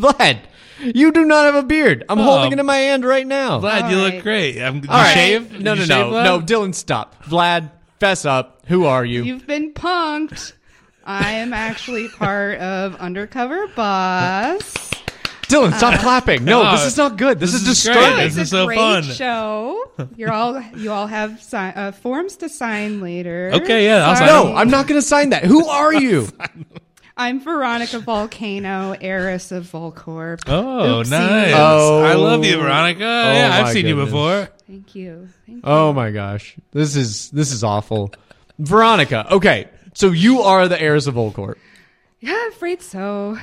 [SPEAKER 3] Vlad, you do not have a beard.
[SPEAKER 2] Oh.
[SPEAKER 3] I'm holding it in my hand right now.
[SPEAKER 2] Vlad,
[SPEAKER 4] All
[SPEAKER 2] you
[SPEAKER 4] right.
[SPEAKER 2] look great. I'm, you
[SPEAKER 3] All right.
[SPEAKER 2] shave?
[SPEAKER 3] No,
[SPEAKER 2] You
[SPEAKER 3] no,
[SPEAKER 2] shave,
[SPEAKER 3] no,
[SPEAKER 2] Vlad?
[SPEAKER 3] no. Dylan, stop. Vlad, fess up. Who are you?
[SPEAKER 4] You've been punked. I am actually part of Undercover Boss.
[SPEAKER 3] Dylan, stop clapping. No,
[SPEAKER 2] No,
[SPEAKER 3] this is not good. This, is
[SPEAKER 2] is great.
[SPEAKER 3] disturbing.
[SPEAKER 2] uh, This
[SPEAKER 4] it's
[SPEAKER 2] is
[SPEAKER 4] a
[SPEAKER 2] so
[SPEAKER 4] great
[SPEAKER 2] fun.
[SPEAKER 4] show. You're all you all have si- uh, forms to sign later.
[SPEAKER 2] Okay, yeah, I'll sign
[SPEAKER 4] Sorry.
[SPEAKER 2] them.
[SPEAKER 3] No, I'm not going to sign that. Who are you?
[SPEAKER 4] I'm Veronica Volcano, heiress of Volcorp.
[SPEAKER 2] Oh,
[SPEAKER 4] Oopsie.
[SPEAKER 2] nice.
[SPEAKER 3] Oh.
[SPEAKER 2] I love you, Veronica. yeah,
[SPEAKER 3] my
[SPEAKER 2] I've seen you
[SPEAKER 3] goodness.
[SPEAKER 2] before.
[SPEAKER 4] Thank you. Thank you.
[SPEAKER 3] Oh my gosh, this is this is awful. Veronica, okay, so you are the heirs of Volcorp,
[SPEAKER 4] Yeah, I'm afraid so.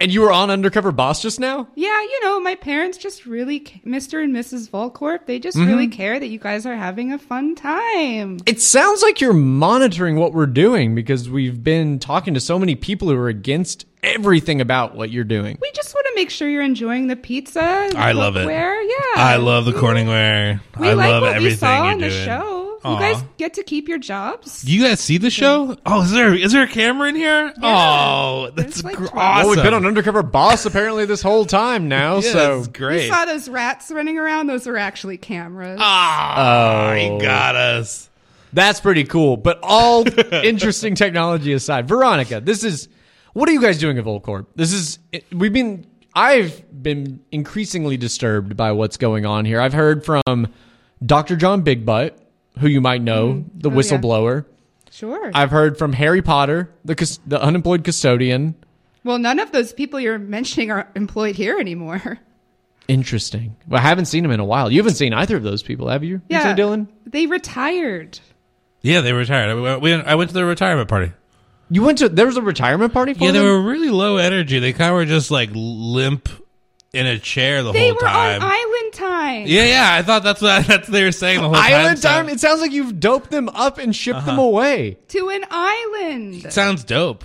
[SPEAKER 3] and you were on Undercover Boss just now.
[SPEAKER 4] Yeah, you know, my parents just really, ca- Mr. and Mrs. Volcorp, they just really
[SPEAKER 2] Mm-hmm.
[SPEAKER 4] care that you guys are having a fun time.
[SPEAKER 3] It sounds like you're monitoring what we're doing because we've been talking to so many people who are against everything about what you're doing.
[SPEAKER 4] We just want to make sure you're enjoying the pizza. the
[SPEAKER 2] I love it.
[SPEAKER 4] cookware. Yeah.
[SPEAKER 2] I love the Corningware.
[SPEAKER 4] We
[SPEAKER 2] I
[SPEAKER 4] like
[SPEAKER 2] love
[SPEAKER 4] what
[SPEAKER 2] everything
[SPEAKER 4] we saw
[SPEAKER 2] you're
[SPEAKER 4] on the
[SPEAKER 2] doing.
[SPEAKER 4] show.
[SPEAKER 2] Aw.
[SPEAKER 4] You guys get to keep your jobs.
[SPEAKER 2] Do you guys see the show? Oh, is there is there a camera in here? Oh, that's
[SPEAKER 4] There's like
[SPEAKER 2] gr-
[SPEAKER 4] 12.
[SPEAKER 2] awesome.
[SPEAKER 3] Well, we've been on Undercover Boss apparently this whole time now,
[SPEAKER 2] yeah,
[SPEAKER 3] so
[SPEAKER 2] that's
[SPEAKER 4] We
[SPEAKER 2] great.
[SPEAKER 4] saw those rats running around. Those are actually cameras.
[SPEAKER 3] Oh.
[SPEAKER 2] Ah, you got us.
[SPEAKER 3] that's pretty cool. But all interesting technology aside, Veronica, this is what are you guys doing at Volcorp? This is it- we've been I've been increasingly disturbed by what's going on here. I've heard from Dr. John Big Butt, who you might know, the
[SPEAKER 4] Mm-hmm. Oh, yeah.
[SPEAKER 3] whistleblower.
[SPEAKER 4] sure.
[SPEAKER 3] I've heard from Harry Potter, the cus- the unemployed custodian.
[SPEAKER 4] well, none of those people you're mentioning are employed here anymore.
[SPEAKER 3] Interesting. Well, I haven't seen him in a while. You haven't seen either of those people, have you? You
[SPEAKER 4] Yeah.
[SPEAKER 3] say, Dylan.
[SPEAKER 4] They retired.
[SPEAKER 2] Yeah, they retired. I went, we- I went to their retirement party.
[SPEAKER 3] You went to there was a retirement party for
[SPEAKER 2] Yeah, they
[SPEAKER 3] them?
[SPEAKER 2] were really low energy. They kind of were just like limp in a chair the
[SPEAKER 4] They
[SPEAKER 2] whole
[SPEAKER 4] were
[SPEAKER 2] time.
[SPEAKER 4] on island time.
[SPEAKER 2] yeah, yeah. I thought that's what that's what they were saying the whole time.
[SPEAKER 3] Island
[SPEAKER 2] So-
[SPEAKER 3] time. It sounds like you've doped them up and shipped them away.
[SPEAKER 4] To an island.
[SPEAKER 2] Sounds dope.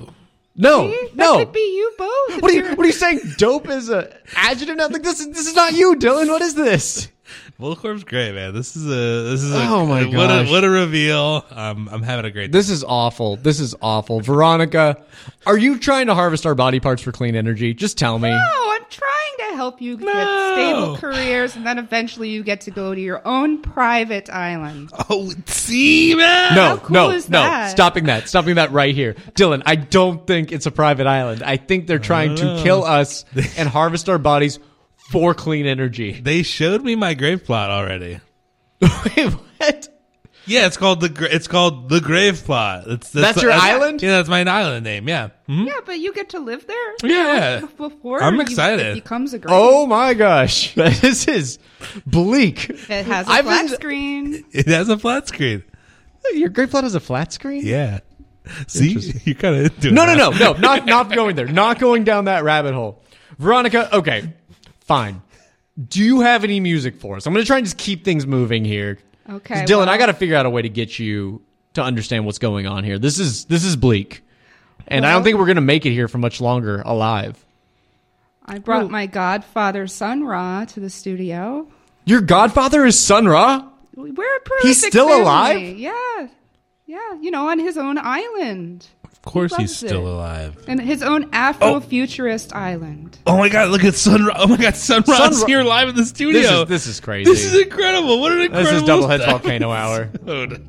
[SPEAKER 3] No,
[SPEAKER 4] See?
[SPEAKER 3] no.
[SPEAKER 4] That could be you both. if
[SPEAKER 3] what are you?
[SPEAKER 4] you're-
[SPEAKER 3] What are you saying? Dope is a adjective now. Like this is this is not you, Dylan. What is this?
[SPEAKER 2] Volcorp's great, man. This is a this is a
[SPEAKER 3] Oh my
[SPEAKER 2] what
[SPEAKER 3] gosh.
[SPEAKER 2] a what a reveal. Um, I'm having a great.
[SPEAKER 3] This is awful. This is awful. Veronica, are you trying to harvest our body parts for clean energy? Just tell me.
[SPEAKER 4] No, I'm trying to help you
[SPEAKER 2] No.
[SPEAKER 4] get stable careers, and then eventually you get to go to your own private island.
[SPEAKER 2] oh, see, man.
[SPEAKER 3] No,
[SPEAKER 4] cool
[SPEAKER 3] no,
[SPEAKER 4] is
[SPEAKER 3] no.
[SPEAKER 4] that?
[SPEAKER 3] Stopping that. Stopping that right here. Dylan, I don't think it's a private island. I think they're trying to kill us and harvest our bodies for clean energy.
[SPEAKER 2] they showed me my grave plot already.
[SPEAKER 3] Wait, what?
[SPEAKER 2] Yeah, it's called the gra- it's called the grave plot. It's,
[SPEAKER 3] That's your island?
[SPEAKER 2] Yeah, that's my island name. Yeah, Mhm.
[SPEAKER 4] Yeah, but you get to live there.
[SPEAKER 2] Yeah.
[SPEAKER 4] Before
[SPEAKER 2] I'm
[SPEAKER 4] you-
[SPEAKER 2] excited.
[SPEAKER 4] it becomes a great.
[SPEAKER 3] Oh my gosh. This is bleak.
[SPEAKER 4] It has a
[SPEAKER 3] I've
[SPEAKER 4] flat
[SPEAKER 3] been-
[SPEAKER 4] screen.
[SPEAKER 2] it has a flat screen.
[SPEAKER 3] Your grape plot has a flat screen?
[SPEAKER 2] Yeah, see, you're kind of into it
[SPEAKER 3] No, no,
[SPEAKER 2] now.
[SPEAKER 3] no, no. Not not going there. Not going down that rabbit hole. Veronica, okay. Fine. Do you have any music for us? I'm going to try and just keep things moving here. 'Cause
[SPEAKER 4] Okay,
[SPEAKER 3] Dylan,
[SPEAKER 4] well-
[SPEAKER 3] I got to figure out a way to get you to understand what's going on here. This is this is bleak. And I don't
[SPEAKER 4] Well-
[SPEAKER 3] think we're going to make it here for much longer alive.
[SPEAKER 4] I brought my godfather Sun Ra to the studio.
[SPEAKER 3] Your godfather is Sun Ra?
[SPEAKER 4] We're a prolific
[SPEAKER 3] He's still
[SPEAKER 4] family.
[SPEAKER 3] alive?
[SPEAKER 4] Yeah. Yeah, you know, on his own island.
[SPEAKER 2] Of course
[SPEAKER 4] He
[SPEAKER 2] he's
[SPEAKER 4] loves
[SPEAKER 2] still
[SPEAKER 4] it.
[SPEAKER 2] alive.
[SPEAKER 4] And his
[SPEAKER 3] Oh.
[SPEAKER 4] own Afro-futurist island.
[SPEAKER 2] Oh my god, look at Sun. Oh my god, Sunrod's
[SPEAKER 3] Sunro-
[SPEAKER 2] here live in the studio.
[SPEAKER 3] This is this is crazy.
[SPEAKER 2] This is incredible. What an incredible
[SPEAKER 3] This is Doubleheads Volcano Hour.
[SPEAKER 2] episode.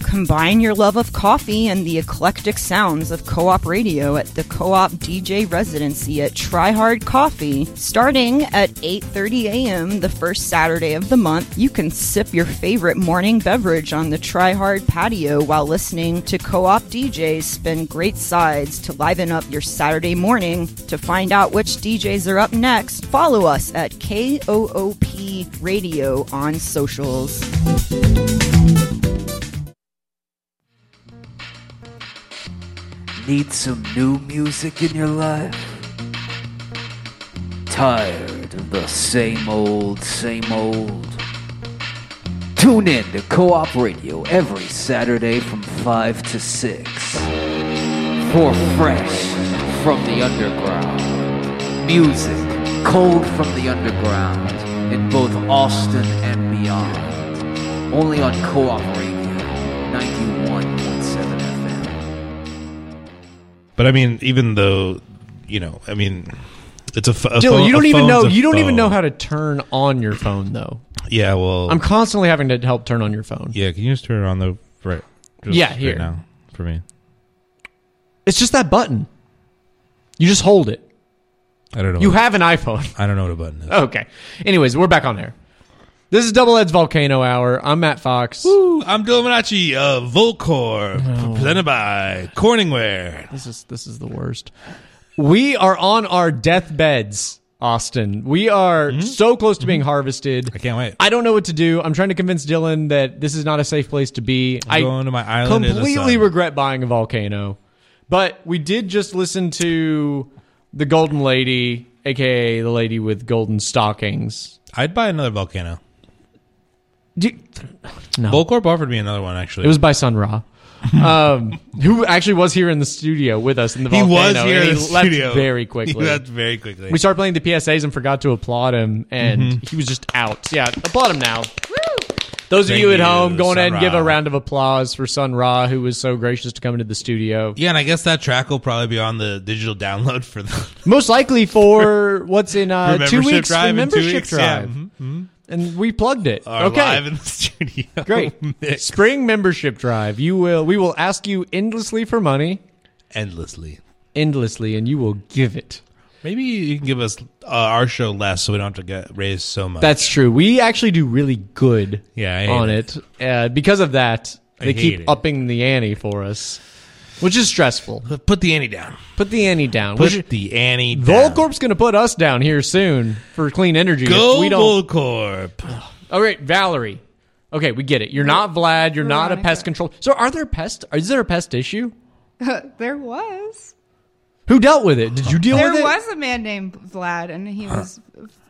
[SPEAKER 7] Combine your love of coffee and the eclectic sounds of co op radio at the co op DJ residency at Try Hard Coffee. Starting at 8.30 a.m. the first Saturday of the month, you can sip your favorite morning beverage on the Try Hard patio while listening to co op DJs spin great sides to liven up your Saturday morning. To find out which DJs are up next, follow us at KOOP Radio on socials.
[SPEAKER 1] Need some new music in your life? Tired of the same old, same old? Tune in to Co op Radio every Saturday from 5 to 6 for fresh from the underground. Music cold from the underground in both Austin and beyond. Only on Co op Radio 91.7 FM.
[SPEAKER 2] But I mean, even though, you know, I mean, it's a, ph- a
[SPEAKER 3] Dylan,
[SPEAKER 2] phone-
[SPEAKER 3] you
[SPEAKER 2] a
[SPEAKER 3] don't even
[SPEAKER 2] phone's
[SPEAKER 3] know.
[SPEAKER 2] a
[SPEAKER 3] You don't even
[SPEAKER 2] phone.
[SPEAKER 3] know how to turn on your phone, though.
[SPEAKER 2] Yeah, well,
[SPEAKER 3] I'm constantly having to help turn on your phone.
[SPEAKER 2] yeah. Can you just turn it on the right? just
[SPEAKER 3] Yeah,
[SPEAKER 2] right
[SPEAKER 3] here.
[SPEAKER 2] now for me.
[SPEAKER 3] It's just that button. You just hold it.
[SPEAKER 2] I don't know.
[SPEAKER 3] You
[SPEAKER 2] what-
[SPEAKER 3] have an iPhone.
[SPEAKER 2] I don't know what a button is.
[SPEAKER 3] Okay. Anyways, we're back on there. This is Double Ed's Volcano Hour. I'm Matt Fox.
[SPEAKER 2] Ooh, Oh, I'm Dylan Minacci of Volcor, presented by Corningware.
[SPEAKER 3] Oh. This is this is the worst. We are on our deathbeds, Austin. We are so close to being harvested.
[SPEAKER 2] Mm-hmm. I can't wait.
[SPEAKER 3] I don't know what to do. I'm trying to convince Dylan that this is not a safe place to be. i
[SPEAKER 2] going to my island in the
[SPEAKER 3] completely
[SPEAKER 2] sun.
[SPEAKER 3] regret buying a volcano. But we did just listen to the Golden Lady, aka the lady with golden stockings.
[SPEAKER 2] I'd buy another volcano.
[SPEAKER 3] Do- no.
[SPEAKER 2] Volcorp offered me another one actually.
[SPEAKER 3] It was by Sun Ra. um, who actually was here in the studio with us in the
[SPEAKER 2] he
[SPEAKER 3] volcano.
[SPEAKER 2] was here
[SPEAKER 3] and
[SPEAKER 2] in
[SPEAKER 3] he
[SPEAKER 2] the
[SPEAKER 3] left
[SPEAKER 2] studio
[SPEAKER 3] very
[SPEAKER 2] He
[SPEAKER 3] quickly.
[SPEAKER 2] left very quickly.
[SPEAKER 3] We started playing the PSAs and forgot to applaud him, and
[SPEAKER 2] Mm-hmm.
[SPEAKER 3] he was just out. Yeah, applaud him now. Those
[SPEAKER 2] Thank
[SPEAKER 3] of you at
[SPEAKER 2] you,
[SPEAKER 3] home, go on ahead and
[SPEAKER 2] Sun
[SPEAKER 3] give a
[SPEAKER 2] Ra.
[SPEAKER 3] round of applause for Sun Ra, who was so gracious to come into the studio.
[SPEAKER 2] yeah, and I guess that track will probably be on the digital download for the
[SPEAKER 3] Most likely for what's in uh, two
[SPEAKER 2] membership
[SPEAKER 3] weeks for
[SPEAKER 2] drive in two
[SPEAKER 3] membership
[SPEAKER 2] weeks, yeah,
[SPEAKER 3] drive,
[SPEAKER 2] mhm,
[SPEAKER 3] and we plugged it.
[SPEAKER 2] our
[SPEAKER 3] okay,
[SPEAKER 2] live in the studio.
[SPEAKER 3] great.
[SPEAKER 2] mix.
[SPEAKER 3] Spring membership drive. You will. We will ask you endlessly for money,
[SPEAKER 2] endlessly.
[SPEAKER 3] endlessly, and you will give it.
[SPEAKER 2] Maybe you can give us uh, our show less, so we don't have to get raised so much.
[SPEAKER 3] That's true. We actually do really good
[SPEAKER 2] Yeah, I hate
[SPEAKER 3] on it. Uh, because of that,
[SPEAKER 2] I
[SPEAKER 3] they
[SPEAKER 2] hate
[SPEAKER 3] keep
[SPEAKER 2] it.
[SPEAKER 3] upping the ante for us, which is stressful.
[SPEAKER 2] put the Annie down.
[SPEAKER 3] Put the ante down.
[SPEAKER 2] Put
[SPEAKER 3] which-
[SPEAKER 2] the Annie down.
[SPEAKER 3] Volcorp's going to put us down here soon for clean energy. if
[SPEAKER 2] Go
[SPEAKER 3] we don't.
[SPEAKER 2] Volcorp.
[SPEAKER 3] All right, Valerie. Okay, we get it. You're not Vlad. You're not a pest control. So, are there pest? Is there a pest issue?
[SPEAKER 4] there was.
[SPEAKER 3] Who dealt with it? Did you deal
[SPEAKER 4] There
[SPEAKER 3] with it?
[SPEAKER 4] was a man named Vlad, and he was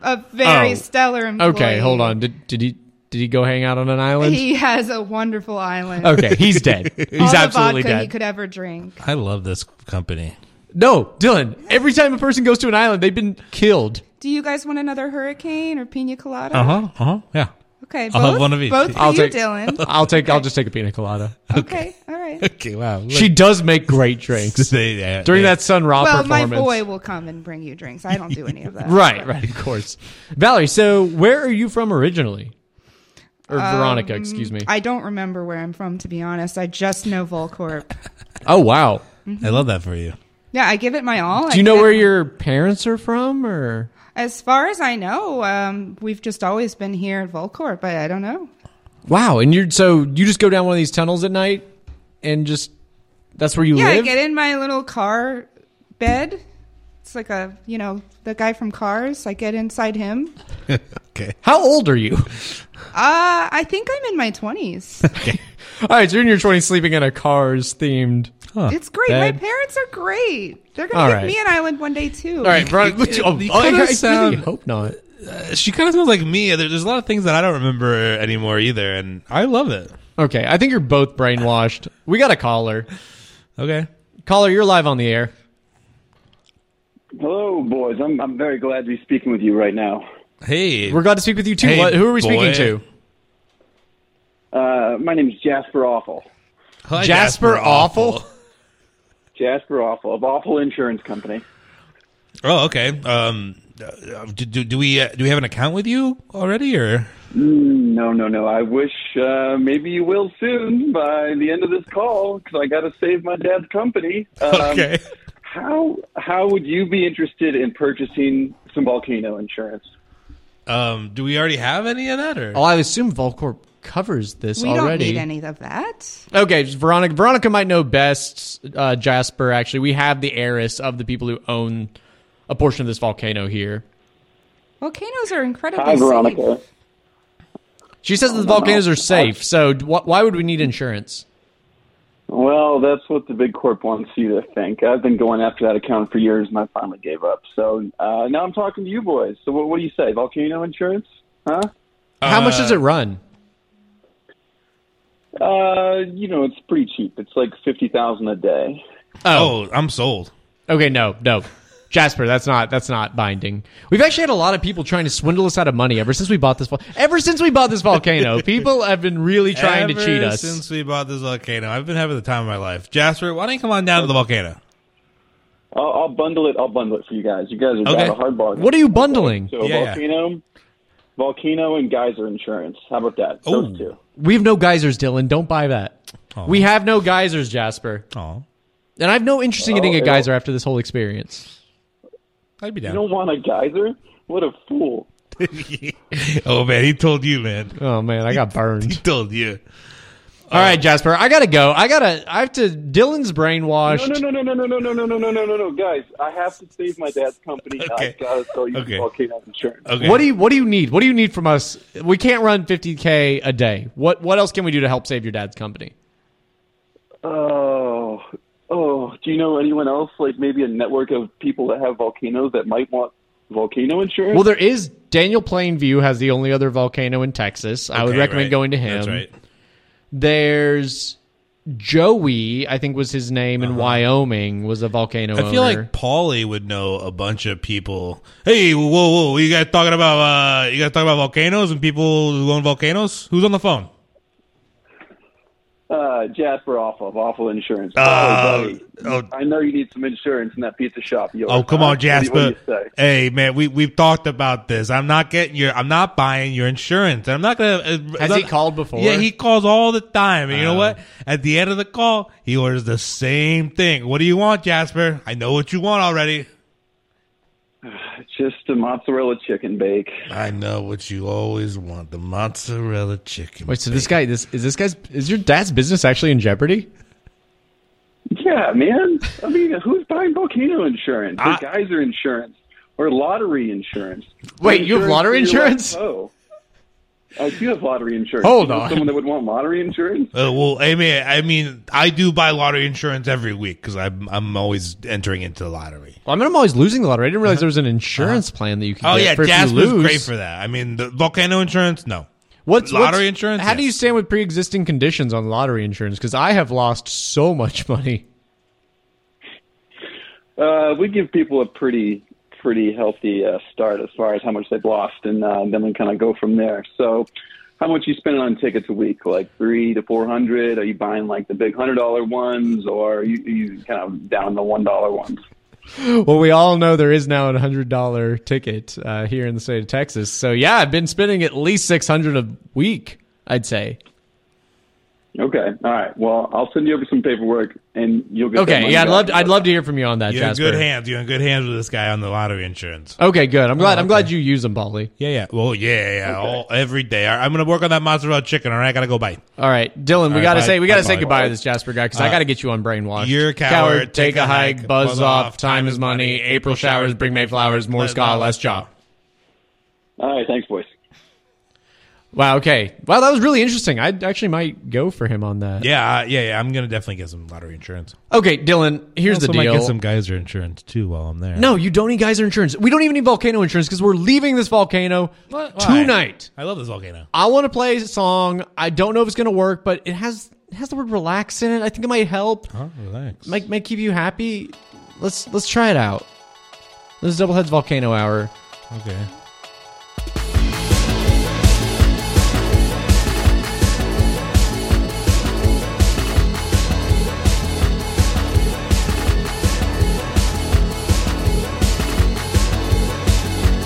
[SPEAKER 4] a very
[SPEAKER 3] Oh.
[SPEAKER 4] stellar employee.
[SPEAKER 3] Okay, hold on. Did did he did he go hang out on an island?
[SPEAKER 4] He has a wonderful island.
[SPEAKER 3] okay, he's dead. Oh, He's
[SPEAKER 4] All the
[SPEAKER 3] absolutely
[SPEAKER 4] vodka
[SPEAKER 3] dead.
[SPEAKER 4] he could ever drink.
[SPEAKER 2] I love this company.
[SPEAKER 3] No, Dylan. Every time a person goes to an island, they've been killed.
[SPEAKER 4] Do you guys want another hurricane or pina colada?
[SPEAKER 2] Uh huh. Uh huh. Yeah.
[SPEAKER 4] Okay, both,
[SPEAKER 2] I'll have one of each.
[SPEAKER 4] both for
[SPEAKER 3] Uh-huh. I'll
[SPEAKER 4] you,
[SPEAKER 3] take-
[SPEAKER 4] Dylan.
[SPEAKER 3] I'll take. I'll just take a pina colada.
[SPEAKER 4] Okay, all right.
[SPEAKER 2] Okay. Wow.
[SPEAKER 3] She does make great drinks
[SPEAKER 2] They-
[SPEAKER 3] during
[SPEAKER 2] they-
[SPEAKER 3] that Sun Ra
[SPEAKER 4] Well, my
[SPEAKER 3] performance.
[SPEAKER 4] boy will come and bring you drinks. I don't do any of that.
[SPEAKER 3] Right, right, of course. Valerie, so where are you from originally? Or Veronica, excuse me.
[SPEAKER 4] Um, I don't remember where I'm from, to be honest. I just know Volcorp.
[SPEAKER 3] oh wow.
[SPEAKER 2] I love that for you.
[SPEAKER 4] yeah, I give it my all.
[SPEAKER 3] Do you know where your parents are from, or
[SPEAKER 4] As far as I know, um, we've just always been here at Volcorp, but I don't know.
[SPEAKER 3] wow? And you're so you just go down one of these tunnels at night, and just that's where you
[SPEAKER 4] Yeah, I
[SPEAKER 3] live.
[SPEAKER 4] get in my little car bed. It's like a, you know, the guy from Cars. I get inside him.
[SPEAKER 2] Okay.
[SPEAKER 3] How old are you?
[SPEAKER 4] Uh, I think I'm in my 20s.
[SPEAKER 3] All right, so you're in your 20s, sleeping in a Cars themed.
[SPEAKER 4] it's great. My
[SPEAKER 3] Bed.
[SPEAKER 4] parents are great. They're
[SPEAKER 3] All
[SPEAKER 4] going to give
[SPEAKER 3] right.
[SPEAKER 4] me an island one day, too.
[SPEAKER 3] All right, Veronica. Oh,
[SPEAKER 2] you
[SPEAKER 3] I- I
[SPEAKER 2] kinda
[SPEAKER 3] really
[SPEAKER 2] sound-
[SPEAKER 3] hope not.
[SPEAKER 2] She kind of sounds like me. There- There's a lot of things that I don't remember anymore either, and I love it.
[SPEAKER 3] Okay, I think you're both brainwashed. We got a caller.
[SPEAKER 2] Okay.
[SPEAKER 3] Caller, you're live on the air.
[SPEAKER 8] Hello, boys. I'm I'm very glad to be speaking with you right now.
[SPEAKER 2] Hey.
[SPEAKER 3] We're glad to speak with you too.
[SPEAKER 2] Hey,
[SPEAKER 3] what, who are we
[SPEAKER 2] boy.
[SPEAKER 3] speaking to?
[SPEAKER 8] Uh, my name is Jasper Awful.
[SPEAKER 2] Hi,
[SPEAKER 3] Jasper Awful?
[SPEAKER 8] Jasper Awful of Awful Insurance Company.
[SPEAKER 2] Oh, okay. Um, uh, do, do, do we uh, do we have an account with you already or
[SPEAKER 7] Mm, No, no, no. I wish uh, maybe you will soon by the end of this call because I got to save my dad's company. Um,
[SPEAKER 2] okay
[SPEAKER 7] How how would you be interested in purchasing some volcano insurance?
[SPEAKER 2] um do we already have any of that or
[SPEAKER 3] Oh, I assume Volcorp covers this
[SPEAKER 4] We
[SPEAKER 3] already.
[SPEAKER 4] don't need any of that.
[SPEAKER 3] Okay, just Veronica. Veronica might know best. Uh, Jasper, actually, we have the heiress of the people who own a portion of this volcano here.
[SPEAKER 4] Volcanoes are incredibly
[SPEAKER 7] Hi, Veronica.
[SPEAKER 4] safe.
[SPEAKER 3] She says that the volcanoes are safe. So, d- wh- why would we need insurance?
[SPEAKER 7] Well, that's what the big corp wants you to think. I've been going after that account for years, and I finally gave up. So uh, now I'm talking to you boys. So what, what do you say? Volcano insurance? Huh?
[SPEAKER 3] How much does it run?
[SPEAKER 7] Uh, you know, it's pretty cheap. It's like fifty thousand a day.
[SPEAKER 2] oh i'm sold
[SPEAKER 3] Okay, no, no. Jasper, that's not that's not binding. We've actually had a lot of people trying to swindle us out of money ever since we bought this. Vol- ever since we bought this volcano, people have been really trying
[SPEAKER 2] Ever
[SPEAKER 3] to cheat us.
[SPEAKER 2] since we bought this volcano i've been having the time of my life jasper why don't you come on down to the volcano
[SPEAKER 7] I'll, I'll bundle it. I'll bundle it for you guys. You guys are
[SPEAKER 2] Okay.
[SPEAKER 7] down a hard bargain.
[SPEAKER 3] what are you bundling?
[SPEAKER 7] So
[SPEAKER 2] Yeah, yeah.
[SPEAKER 7] volcano, volcano, and geyser insurance. How about that?
[SPEAKER 2] Ooh.
[SPEAKER 7] Those two.
[SPEAKER 3] We have no geysers, Dylan. Don't buy that. We have no geysers, Jasper.
[SPEAKER 2] oh
[SPEAKER 3] And I have no interest in getting a
[SPEAKER 7] Oh,
[SPEAKER 3] geyser after this whole experience.
[SPEAKER 2] i'd be
[SPEAKER 7] You
[SPEAKER 2] down
[SPEAKER 7] don't want a geyser? What a fool!
[SPEAKER 2] oh man he told you man
[SPEAKER 3] Oh man, I got
[SPEAKER 2] he
[SPEAKER 3] burned.
[SPEAKER 2] told you
[SPEAKER 3] All right, Jasper, I gotta go. I gotta. I have to. Dylan's
[SPEAKER 7] No,
[SPEAKER 3] brainwashed.
[SPEAKER 7] no, no, no, no, no, no, no, no, no, no, no, no, no, guys! I have to save my dad's company.
[SPEAKER 2] Okay.
[SPEAKER 7] I've got to sell you
[SPEAKER 2] Okay.
[SPEAKER 7] volcano insurance.
[SPEAKER 2] okay
[SPEAKER 3] What do you What do you need? What do you need from us? We can't run 50k a day. What What else can we do to help save your dad's company?
[SPEAKER 7] Oh, oh! Do you know anyone else? Like maybe a network of people that have volcanoes that might want volcano insurance?
[SPEAKER 3] Well, there is Daniel Plainview has the only other volcano in Texas. I would
[SPEAKER 2] Okay,
[SPEAKER 3] recommend
[SPEAKER 2] right.
[SPEAKER 3] going to him.
[SPEAKER 2] that's right
[SPEAKER 3] There's Joey, I think was his name in Wyoming, was a volcano
[SPEAKER 2] Uh-huh. I feel
[SPEAKER 3] owner.
[SPEAKER 2] like Paulie would know a bunch of people. Hey, whoa, whoa! You guys talking about uh, you guys talking about volcanoes and people who own volcanoes? Who's on the phone?
[SPEAKER 7] uh, Jasper, awful, of awful insurance.
[SPEAKER 2] Uh,
[SPEAKER 7] oh, buddy.
[SPEAKER 2] oh.
[SPEAKER 7] I know you need some insurance in that pizza shop. Yours,
[SPEAKER 2] Oh, come
[SPEAKER 7] huh?
[SPEAKER 2] on, Jasper.
[SPEAKER 7] What do you say?
[SPEAKER 2] Hey, man, we we've talked about this. I'm not getting your, I'm not buying your insurance. I'm not gonna. Uh, I'm
[SPEAKER 3] Has he
[SPEAKER 2] not-
[SPEAKER 3] called before? Oh.
[SPEAKER 2] Yeah, he calls all the time. And you know what? At the end of the call, he orders the same thing. What do you want, Jasper? I know what you want already.
[SPEAKER 7] Just a mozzarella chicken bake.
[SPEAKER 2] I know what you always want: the mozzarella chicken.
[SPEAKER 3] Wait, so this guy this is this guy's is your dad's business actually in jeopardy?
[SPEAKER 7] Yeah, man. I mean, who's buying volcano insurance or
[SPEAKER 2] I-
[SPEAKER 7] geyser insurance or lottery insurance?
[SPEAKER 3] Wait,
[SPEAKER 7] Or
[SPEAKER 3] you have lottery
[SPEAKER 7] for your
[SPEAKER 3] insurance?
[SPEAKER 7] left toe. I do have lottery insurance.
[SPEAKER 3] Hold
[SPEAKER 7] You know
[SPEAKER 3] on.
[SPEAKER 7] Someone that would want lottery insurance?
[SPEAKER 2] Uh, well, I mean, I mean, I do buy lottery insurance every week because I'm I'm always entering into the lottery.
[SPEAKER 3] Well, I mean, I'm always losing the lottery. I didn't realize there was an insurance plan that you could
[SPEAKER 2] Oh
[SPEAKER 3] get
[SPEAKER 2] yeah,
[SPEAKER 3] for if you
[SPEAKER 2] Jasper's
[SPEAKER 3] lose.
[SPEAKER 2] great for that. I mean, the volcano insurance, no.
[SPEAKER 3] What's
[SPEAKER 2] Lottery
[SPEAKER 3] what's-
[SPEAKER 2] insurance?
[SPEAKER 3] How do
[SPEAKER 2] Yes.
[SPEAKER 3] you stand with pre-existing conditions on lottery insurance? Because I have lost so much money.
[SPEAKER 7] Uh, we give people a pretty pretty healthy uh, start as far as how much they've lost, and uh, then we kind of go from there. So, how much you spending on tickets a week? Like three to four hundred? Are you buying like the big hundred dollar ones, or are you, you kind of down the one dollar ones?
[SPEAKER 3] Well, we all know there is now a hundred dollar ticket uh, here in the state of Texas. So yeah, I've been spending at least six hundred a week. I'd say.
[SPEAKER 7] Okay, all right. Well, I'll send you over some paperwork, and you'll get. that
[SPEAKER 3] Okay,
[SPEAKER 7] money
[SPEAKER 3] yeah, I'd
[SPEAKER 7] back.
[SPEAKER 3] love to, I'd love to hear from you on that,
[SPEAKER 2] You're
[SPEAKER 3] Jasper.
[SPEAKER 2] in good hands. You're in good hands with this guy on the lottery insurance.
[SPEAKER 3] Okay, good. I'm
[SPEAKER 2] Oh,
[SPEAKER 3] glad. I'm glad you use them, Polly.
[SPEAKER 2] Yeah, yeah. Well, yeah, yeah. All, every day. All right, I'm gonna work on that mozzarella chicken. All right, I gotta go buy.
[SPEAKER 3] All right, Dylan, we
[SPEAKER 2] right,
[SPEAKER 3] gotta
[SPEAKER 2] bye.
[SPEAKER 3] say we gotta
[SPEAKER 2] Bye,
[SPEAKER 3] say
[SPEAKER 2] Polly.
[SPEAKER 3] goodbye to this Jasper guy because I gotta get you on brainwash.
[SPEAKER 2] You're a coward.
[SPEAKER 3] Take a hike. Buzz off. Time is money. April showers bring May flowers. More
[SPEAKER 2] Less
[SPEAKER 3] ska,
[SPEAKER 2] law,
[SPEAKER 3] less
[SPEAKER 2] less
[SPEAKER 3] jaw.
[SPEAKER 7] All right, thanks, boys.
[SPEAKER 3] Wow. Okay. Wow, that was really interesting. I actually might go for him on that.
[SPEAKER 2] Yeah, uh, yeah, yeah. I'm gonna definitely get some lottery insurance.
[SPEAKER 3] Okay, Dylan. Here's
[SPEAKER 2] also
[SPEAKER 3] the
[SPEAKER 2] might
[SPEAKER 3] deal.
[SPEAKER 2] get some geyser insurance too while I'm there.
[SPEAKER 3] No, you don't need geyser insurance. We don't even need volcano insurance because we're leaving this volcano
[SPEAKER 2] What? Why?
[SPEAKER 3] tonight.
[SPEAKER 2] I love this volcano.
[SPEAKER 3] I want to play a song. I don't know if it's going to work, but it has it has the word relax in it. I think it might help.
[SPEAKER 2] Oh, relax.
[SPEAKER 3] Might might keep you happy. Let's let's try it out. This is Doubleheads Volcano Hour.
[SPEAKER 2] okay.
[SPEAKER 1] Doubleheads,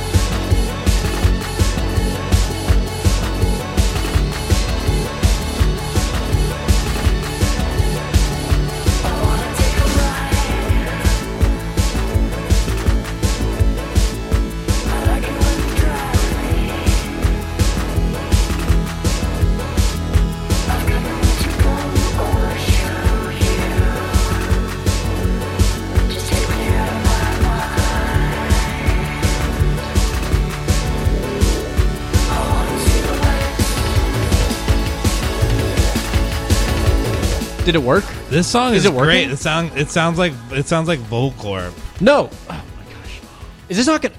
[SPEAKER 3] Did it work?
[SPEAKER 2] This song is,
[SPEAKER 3] Is it working?
[SPEAKER 2] great. It sound it sounds like it sounds like Volcorp.
[SPEAKER 3] No. Oh my gosh. Is this not gonna?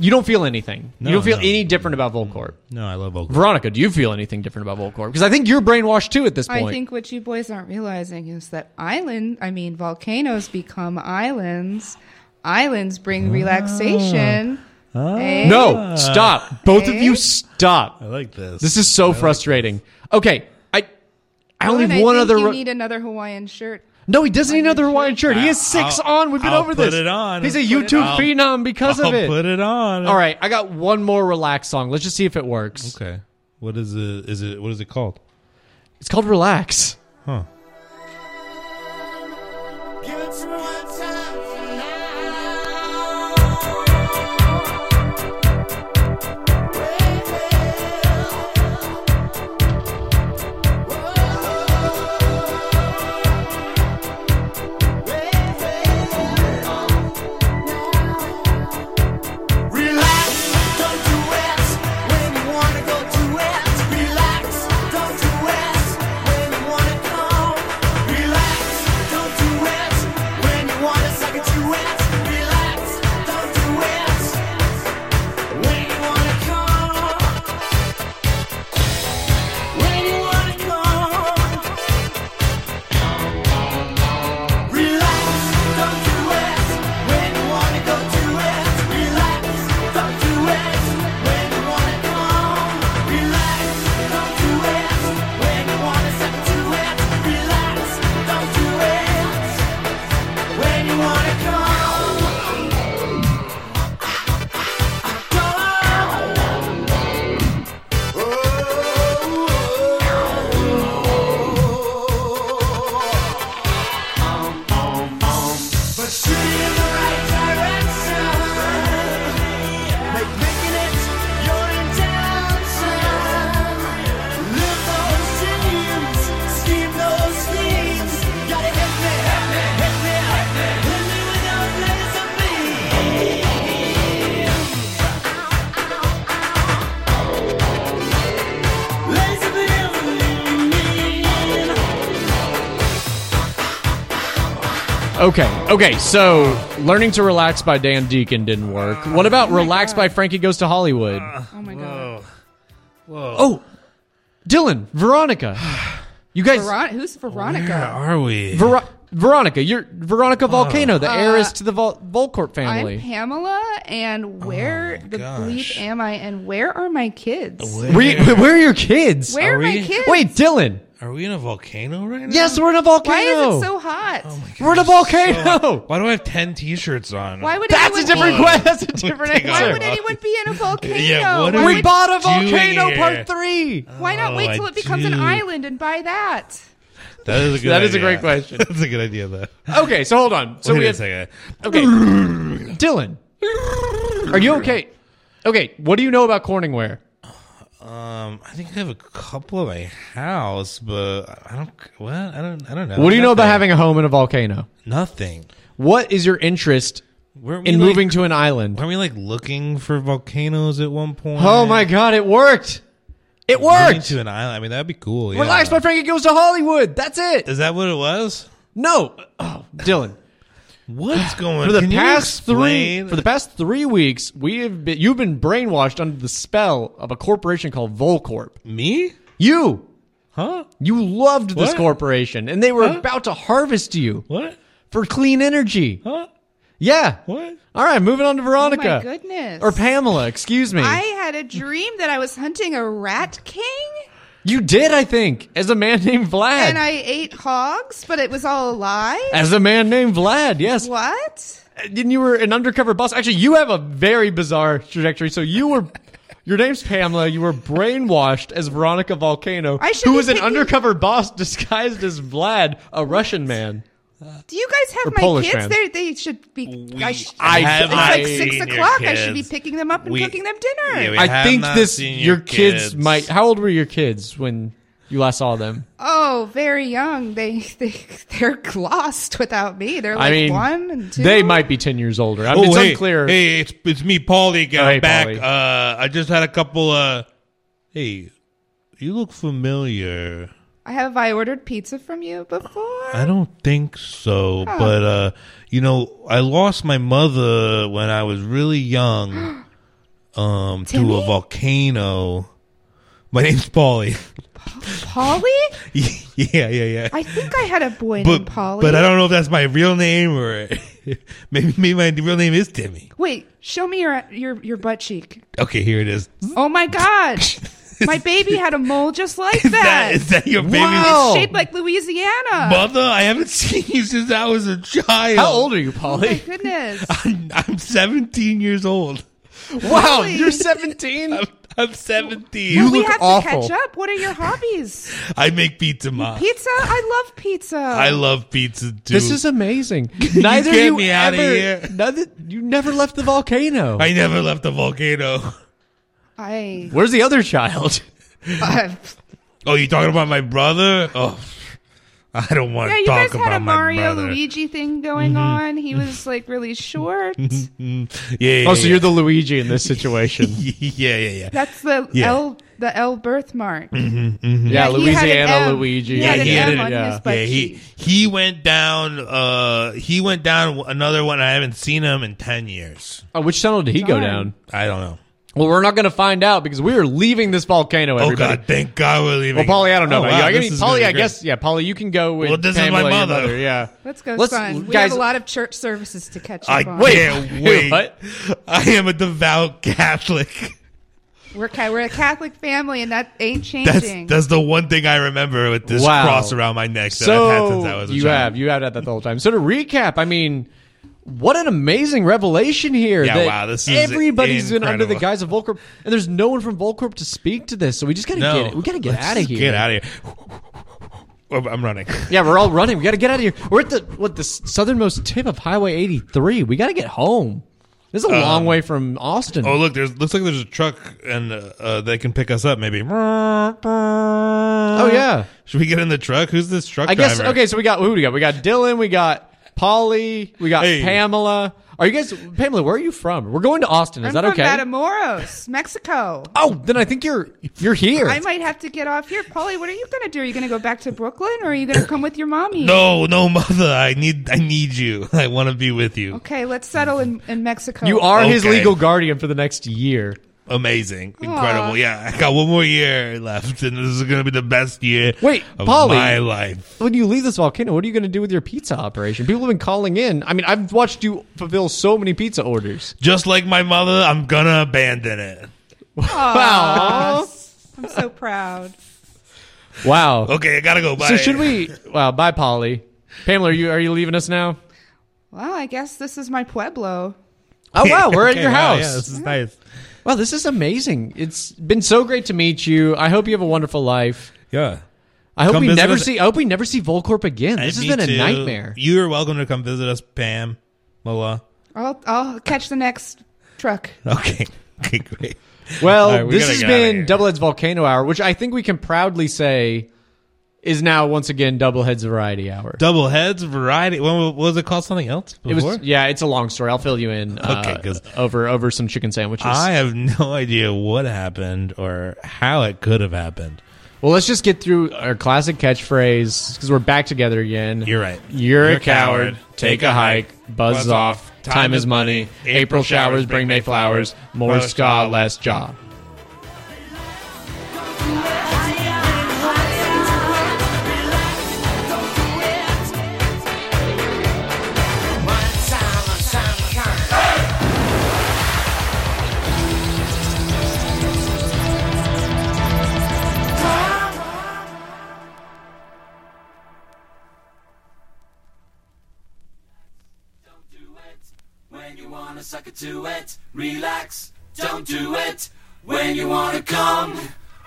[SPEAKER 3] You don't feel anything.
[SPEAKER 2] No,
[SPEAKER 3] you don't feel
[SPEAKER 2] no.
[SPEAKER 3] any different about Volcorp.
[SPEAKER 2] No, I love Volcorp.
[SPEAKER 3] Veronica, do you feel anything different about Volcorp? Because I think you're brainwashed too at this point.
[SPEAKER 4] I think what you boys aren't realizing is that island, I mean, volcanoes become islands. Islands bring relaxation. Eh?
[SPEAKER 3] Ah. no, stop. Both of you
[SPEAKER 4] Eh?
[SPEAKER 3] stop.
[SPEAKER 2] I like this.
[SPEAKER 3] This is so frustrating. Okay, I I
[SPEAKER 4] Well,
[SPEAKER 3] only
[SPEAKER 4] and
[SPEAKER 3] have one
[SPEAKER 4] think
[SPEAKER 3] other.
[SPEAKER 4] You
[SPEAKER 3] ro-
[SPEAKER 4] need another Hawaiian shirt.
[SPEAKER 3] no, he doesn't need another Hawaiian shirt. He has
[SPEAKER 2] I'll-
[SPEAKER 3] 6 on. We've been
[SPEAKER 2] I'll
[SPEAKER 3] over
[SPEAKER 2] put
[SPEAKER 3] this.
[SPEAKER 2] it on.
[SPEAKER 3] He's a
[SPEAKER 2] I'll put it
[SPEAKER 3] YouTube
[SPEAKER 2] on.
[SPEAKER 3] phenom because
[SPEAKER 2] I'll
[SPEAKER 3] of it.
[SPEAKER 2] put it on.
[SPEAKER 3] All right, I got one more relaxed song. Let's just see if it works.
[SPEAKER 2] Okay. What is it? Is it what is it called?
[SPEAKER 3] It's called Relax.
[SPEAKER 2] Huh.
[SPEAKER 3] Okay, okay, so Learning to Relax by Dan Deacon didn't work. What about Relax by Frankie Goes to Hollywood?
[SPEAKER 2] Uh.
[SPEAKER 4] Oh my god.
[SPEAKER 3] Oh, Dylan, Veronica. You guys.
[SPEAKER 4] Veron- who's
[SPEAKER 2] Oh,
[SPEAKER 4] Veronica?
[SPEAKER 2] Are we?
[SPEAKER 3] Vero- Veronica, you're Veronica
[SPEAKER 2] Uh.
[SPEAKER 3] Volcano, the heiress to the Vol- Volcorp
[SPEAKER 4] Uh, I'm
[SPEAKER 3] family.
[SPEAKER 4] Pamela,
[SPEAKER 2] Oh
[SPEAKER 4] and where the bleep am I? And where are my kids? Where,
[SPEAKER 3] Were you- where are your kids?
[SPEAKER 4] are my
[SPEAKER 2] we-
[SPEAKER 4] kids?
[SPEAKER 3] Wait, Dylan.
[SPEAKER 2] Are we in a volcano right now?
[SPEAKER 3] Yes, we're in a volcano.
[SPEAKER 4] why is it so hot?
[SPEAKER 2] Oh
[SPEAKER 3] we're in a volcano.
[SPEAKER 2] Why do I have ten T-shirts on?
[SPEAKER 4] why would
[SPEAKER 3] that's a
[SPEAKER 4] anyone
[SPEAKER 3] different
[SPEAKER 4] be-
[SPEAKER 3] question. That's a different
[SPEAKER 2] Take
[SPEAKER 4] Why
[SPEAKER 2] off.
[SPEAKER 3] answer.
[SPEAKER 4] would anyone be in a volcano?
[SPEAKER 2] Yeah, what are
[SPEAKER 4] why,
[SPEAKER 2] we
[SPEAKER 3] We
[SPEAKER 4] would-
[SPEAKER 3] bought a
[SPEAKER 2] doing
[SPEAKER 3] volcano
[SPEAKER 2] here?
[SPEAKER 3] part three.
[SPEAKER 4] why not
[SPEAKER 2] Oh,
[SPEAKER 4] wait till
[SPEAKER 2] I
[SPEAKER 4] it becomes an
[SPEAKER 2] do.
[SPEAKER 4] island and buy that?
[SPEAKER 2] That is a good.
[SPEAKER 3] That is a
[SPEAKER 2] idea.
[SPEAKER 3] great question.
[SPEAKER 2] That's a good idea though.
[SPEAKER 3] Okay, so hold on. So
[SPEAKER 2] Wait
[SPEAKER 3] we
[SPEAKER 2] a
[SPEAKER 3] had,
[SPEAKER 2] second.
[SPEAKER 3] okay, Dylan, are you okay? Okay, what do you know about Corningware?
[SPEAKER 2] Um, I think I have a couple at my house, but I don't. What? I don't. I don't know.
[SPEAKER 3] What do you know about
[SPEAKER 2] Nothing.
[SPEAKER 3] having a home in a volcano?
[SPEAKER 2] nothing?
[SPEAKER 3] What is your interest
[SPEAKER 2] Weren't we
[SPEAKER 3] in
[SPEAKER 2] like-
[SPEAKER 3] moving to an island?
[SPEAKER 2] Weren't we like looking for volcanoes at one point?
[SPEAKER 3] Oh my god, it worked! It
[SPEAKER 2] Moving
[SPEAKER 3] worked.
[SPEAKER 2] to an island. I mean, that'd be cool. Yeah.
[SPEAKER 3] Relax, my friend. It goes to Hollywood. That's it.
[SPEAKER 2] Is that what it was?
[SPEAKER 3] No, oh, Dylan.
[SPEAKER 2] What's going?
[SPEAKER 3] For the
[SPEAKER 2] Can you
[SPEAKER 3] past three,
[SPEAKER 2] explain?
[SPEAKER 3] for the past three weeks, we have been, you've been brainwashed under the spell of a corporation called Volcorp.
[SPEAKER 2] me?
[SPEAKER 3] You,
[SPEAKER 2] Huh?
[SPEAKER 3] you loved this
[SPEAKER 2] What?
[SPEAKER 3] corporation, and they were about to harvest you
[SPEAKER 2] What?
[SPEAKER 3] for clean energy.
[SPEAKER 2] Huh?
[SPEAKER 3] Yeah.
[SPEAKER 2] What?
[SPEAKER 3] All right, moving on to
[SPEAKER 4] Oh
[SPEAKER 3] Veronica
[SPEAKER 4] my goodness.
[SPEAKER 3] or Pamela. Excuse me.
[SPEAKER 4] I had a dream that I was hunting a rat king.
[SPEAKER 3] you did, I think, as a man named Vlad.
[SPEAKER 4] and I ate hogs, but it was all a lie.
[SPEAKER 3] as a man named Vlad, yes.
[SPEAKER 4] What?
[SPEAKER 3] Then you were an undercover boss. Actually, you have a very bizarre trajectory. So you were, your name's Pamela. You were brainwashed as Veronica Volcano,
[SPEAKER 4] I should
[SPEAKER 3] who
[SPEAKER 4] be
[SPEAKER 3] was an
[SPEAKER 4] picking-
[SPEAKER 3] undercover boss disguised as Vlad, a Russian man.
[SPEAKER 4] Do you guys have
[SPEAKER 3] We're
[SPEAKER 4] my
[SPEAKER 3] Polish
[SPEAKER 4] kids?
[SPEAKER 3] fans.
[SPEAKER 4] They they should be. I, sh-
[SPEAKER 3] I
[SPEAKER 4] it's like
[SPEAKER 3] have
[SPEAKER 4] six
[SPEAKER 2] seen your
[SPEAKER 4] o'clock. I should be
[SPEAKER 2] kids.
[SPEAKER 4] picking them up and
[SPEAKER 2] We-
[SPEAKER 4] cooking them dinner.
[SPEAKER 2] Yeah, we-
[SPEAKER 3] I
[SPEAKER 2] have
[SPEAKER 3] think
[SPEAKER 2] not
[SPEAKER 3] this
[SPEAKER 2] seen
[SPEAKER 3] your,
[SPEAKER 2] your
[SPEAKER 3] kids,
[SPEAKER 2] kids.
[SPEAKER 3] might. How old were your kids when you last saw them?
[SPEAKER 4] oh, very young. They they they're lost without me. They're like
[SPEAKER 3] I mean,
[SPEAKER 4] one and two.
[SPEAKER 3] they might be ten years older. I mean, it's
[SPEAKER 2] Oh, hey,
[SPEAKER 3] unclear.
[SPEAKER 2] Hey, it's it's me, Paulie. again.
[SPEAKER 3] Oh, hey,
[SPEAKER 2] I'm back.
[SPEAKER 3] Paulie.
[SPEAKER 2] Uh, I just had a couple. Uh, hey, you look familiar.
[SPEAKER 4] Have I ordered pizza from you before?
[SPEAKER 2] I don't think so, but uh, you know, I lost my mother when I was really young, um, to a
[SPEAKER 4] Timmy?
[SPEAKER 2] volcano. My name's Polly.
[SPEAKER 4] Polly?
[SPEAKER 2] yeah, yeah, yeah.
[SPEAKER 4] I think I had a boy
[SPEAKER 2] but
[SPEAKER 4] named Polly.
[SPEAKER 2] but I don't know if that's my real name or maybe maybe my real name is Timmy.
[SPEAKER 4] Wait, show me your your your butt cheek.
[SPEAKER 2] Okay, here it is.
[SPEAKER 4] Oh my god. My baby had a mole just like
[SPEAKER 2] Is
[SPEAKER 4] that.
[SPEAKER 2] that is that your baby?
[SPEAKER 4] It's shaped like Louisiana.
[SPEAKER 2] Mother, I haven't seen you since I was a child.
[SPEAKER 3] How old are you,
[SPEAKER 4] Oh my
[SPEAKER 3] Polly?
[SPEAKER 4] goodness.
[SPEAKER 2] I'm, I'm 17 years old.
[SPEAKER 3] wow, you're 17.
[SPEAKER 2] I'm, I'm 17.
[SPEAKER 3] You
[SPEAKER 4] we
[SPEAKER 3] look
[SPEAKER 4] have
[SPEAKER 3] awful.
[SPEAKER 4] to catch up. What are your hobbies?
[SPEAKER 2] I make pizza, mom.
[SPEAKER 4] Pizza? I love pizza.
[SPEAKER 2] I love pizza too.
[SPEAKER 3] This is amazing. Neither
[SPEAKER 2] get
[SPEAKER 3] you
[SPEAKER 2] me
[SPEAKER 3] ever,
[SPEAKER 2] outta here.
[SPEAKER 3] Neither, you never left the volcano.
[SPEAKER 2] I never left the volcano.
[SPEAKER 4] I
[SPEAKER 3] Where's the other child?
[SPEAKER 4] uh,
[SPEAKER 2] Oh, you talking about my brother? Oh, I don't want
[SPEAKER 4] Yeah,
[SPEAKER 2] to
[SPEAKER 4] you
[SPEAKER 2] talk
[SPEAKER 4] guys had a
[SPEAKER 2] about my
[SPEAKER 4] Mario
[SPEAKER 2] brother. Mm-hmm.
[SPEAKER 4] Luigi thing going on. He was like really short.
[SPEAKER 2] Yeah,
[SPEAKER 3] Oh, so
[SPEAKER 2] yeah, yeah.
[SPEAKER 3] you're the Luigi in this situation.
[SPEAKER 2] yeah, yeah, yeah.
[SPEAKER 4] That's the
[SPEAKER 2] Yeah. Mm-hmm.
[SPEAKER 4] L the L birthmark.
[SPEAKER 3] yeah,
[SPEAKER 4] he had an
[SPEAKER 3] Louisiana
[SPEAKER 4] M.
[SPEAKER 3] Luigi.
[SPEAKER 4] He had
[SPEAKER 2] an
[SPEAKER 3] yeah,
[SPEAKER 2] M
[SPEAKER 4] on
[SPEAKER 3] yeah.
[SPEAKER 4] his butt.
[SPEAKER 2] Yeah, he he went down. Uh, he went down another one. I haven't seen him in ten years.
[SPEAKER 3] Oh, which tunnel did he go
[SPEAKER 4] Darn.
[SPEAKER 3] down?
[SPEAKER 2] I don't know.
[SPEAKER 3] Well, we're not going to find out because we are leaving this volcano. Everybody.
[SPEAKER 2] Oh God! Thank God we're leaving.
[SPEAKER 3] Well, Polly, I don't know.
[SPEAKER 2] Oh,
[SPEAKER 3] about
[SPEAKER 2] wow,
[SPEAKER 3] you. I
[SPEAKER 2] this
[SPEAKER 3] mean,
[SPEAKER 2] is
[SPEAKER 3] Polly,
[SPEAKER 2] gonna
[SPEAKER 3] I
[SPEAKER 2] be great.
[SPEAKER 3] guess. Yeah, Polly, you can go with.
[SPEAKER 2] Well, this is my
[SPEAKER 3] Pamela, your
[SPEAKER 2] mother.
[SPEAKER 3] Yeah.
[SPEAKER 4] Let's go,
[SPEAKER 3] Let's-
[SPEAKER 4] son. We
[SPEAKER 3] guys-
[SPEAKER 4] have a lot of church services to catch
[SPEAKER 2] I
[SPEAKER 4] up on.
[SPEAKER 2] can't wait.
[SPEAKER 3] What?
[SPEAKER 2] I am a devout Catholic.
[SPEAKER 4] We're ca- we're a Catholic family, and that ain't
[SPEAKER 2] That's
[SPEAKER 4] changing.
[SPEAKER 2] that's the one thing I remember with this
[SPEAKER 3] Wow.
[SPEAKER 2] cross around my neck that I've had since I
[SPEAKER 3] So
[SPEAKER 2] was a
[SPEAKER 3] you
[SPEAKER 2] child.
[SPEAKER 3] have you have had that the whole time. So to recap, I mean, what an amazing revelation here!
[SPEAKER 2] Yeah,
[SPEAKER 3] that
[SPEAKER 2] wow, this is
[SPEAKER 3] everybody's been under the
[SPEAKER 2] incredible.
[SPEAKER 3] guise of Volcorp, and there's no one from Volcorp to speak to this. So we just gotta
[SPEAKER 2] No,
[SPEAKER 3] get it. We gotta get
[SPEAKER 2] let's
[SPEAKER 3] out of
[SPEAKER 2] just
[SPEAKER 3] here.
[SPEAKER 2] Get out of here. Oh, I'm running.
[SPEAKER 3] Yeah, we're all running. We gotta get out of here. We're at the what the southernmost tip of Highway 83. We gotta get home. This is a long way from Austin.
[SPEAKER 2] Um, Oh look, there's looks like there's a truck and uh, uh, they can pick us up. Maybe.
[SPEAKER 3] oh
[SPEAKER 2] Oh
[SPEAKER 3] yeah.
[SPEAKER 2] Should we get in the truck? Who's this truck
[SPEAKER 3] I
[SPEAKER 2] driver?
[SPEAKER 3] guess okay. So we got who do we got? We got Dylan. We got Polly. We got
[SPEAKER 2] Hey.
[SPEAKER 3] Pamela. Are you guys Pamela? Where are you from? We're going to Austin. Is
[SPEAKER 4] I'm
[SPEAKER 3] that
[SPEAKER 4] from
[SPEAKER 3] okay?
[SPEAKER 4] Matamoros, Mexico.
[SPEAKER 3] oh, then I think you're you're here.
[SPEAKER 4] I might have to get off here, Polly. What are you gonna do? Are you gonna go back to Brooklyn, or are you gonna come with your mommy?
[SPEAKER 2] No, no, mother. I need, I need you. I want to be with you.
[SPEAKER 4] Okay, let's settle in, in Mexico.
[SPEAKER 3] you are his
[SPEAKER 2] Okay.
[SPEAKER 3] legal guardian for the next year.
[SPEAKER 2] Amazing, incredible. Yeah, I got one more year left, and this is gonna be the best year.
[SPEAKER 3] Wait,
[SPEAKER 2] of
[SPEAKER 3] Polly.
[SPEAKER 2] my life.
[SPEAKER 3] When you leave this volcano, what are you going to do with your pizza operation? People have been calling in. I mean, I've watched you fulfill so many pizza orders.
[SPEAKER 2] Just like my mother, I'm gonna abandon it.
[SPEAKER 3] Wow,
[SPEAKER 4] I'm so proud.
[SPEAKER 3] wow.
[SPEAKER 2] Okay, I gotta go. Bye.
[SPEAKER 3] So should we? Wow, bye, Polly. Pamela, are you are you leaving us now?
[SPEAKER 4] Well, I guess this is my pueblo.
[SPEAKER 3] Oh wow, we're
[SPEAKER 2] Okay,
[SPEAKER 3] at your
[SPEAKER 2] wow,
[SPEAKER 3] house.
[SPEAKER 2] yeah, this is nice.
[SPEAKER 3] Wow, this is amazing. It's been so great to meet you. I hope you have a wonderful life.
[SPEAKER 2] Yeah.
[SPEAKER 3] I hope
[SPEAKER 2] Come
[SPEAKER 3] we
[SPEAKER 2] visit
[SPEAKER 3] never
[SPEAKER 2] us.
[SPEAKER 3] see I hope we never see Volcorp again. This has been
[SPEAKER 2] And me
[SPEAKER 3] a
[SPEAKER 2] too.
[SPEAKER 3] nightmare.
[SPEAKER 2] You are welcome to come visit us, Pam, Mola.
[SPEAKER 4] I'll I'll catch the next truck.
[SPEAKER 2] Okay. Okay, great.
[SPEAKER 3] Well,
[SPEAKER 2] All right, we
[SPEAKER 3] this
[SPEAKER 2] gotta
[SPEAKER 3] has
[SPEAKER 2] get outta
[SPEAKER 3] been
[SPEAKER 2] here.
[SPEAKER 3] Double Heads Volcano Hour, which I think we can proudly say is now once again Double Heads Variety Hour.
[SPEAKER 2] Double heads, variety. What what was it called? Something else?
[SPEAKER 3] it
[SPEAKER 2] Before?
[SPEAKER 3] was yeah, it's a long story. I'll fill you in uh,
[SPEAKER 2] Okay, 'cause-
[SPEAKER 3] over over some chicken sandwiches.
[SPEAKER 2] I have no idea what happened or how it could have happened.
[SPEAKER 3] well, let's just get through our classic catchphrase because we're back together again.
[SPEAKER 2] You're right.
[SPEAKER 3] You're, a coward. Take a hike. Buzz, off. Time is money. April showers bring May flowers. More ska, less jaw.
[SPEAKER 1] Don't do it when you wanna suck it to it. Relax. Don't do it when you wanna come.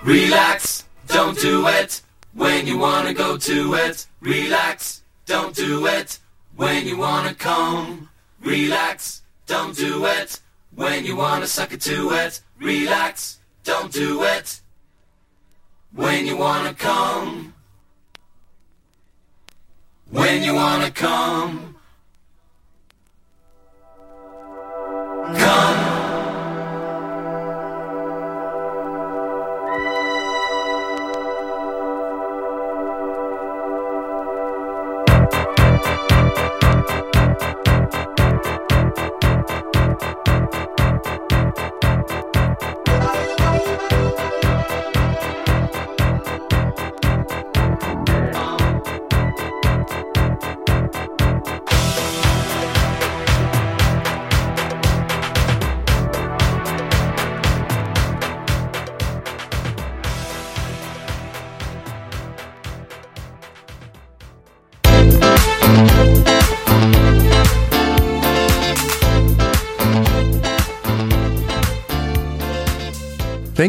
[SPEAKER 1] Relax. Don't do it when you wanna go to it. Relax. Don't do it when you wanna come. Relax. Don't do it when you wanna suck it to it. Relax. Don't do it when you wanna come. When you wanna come.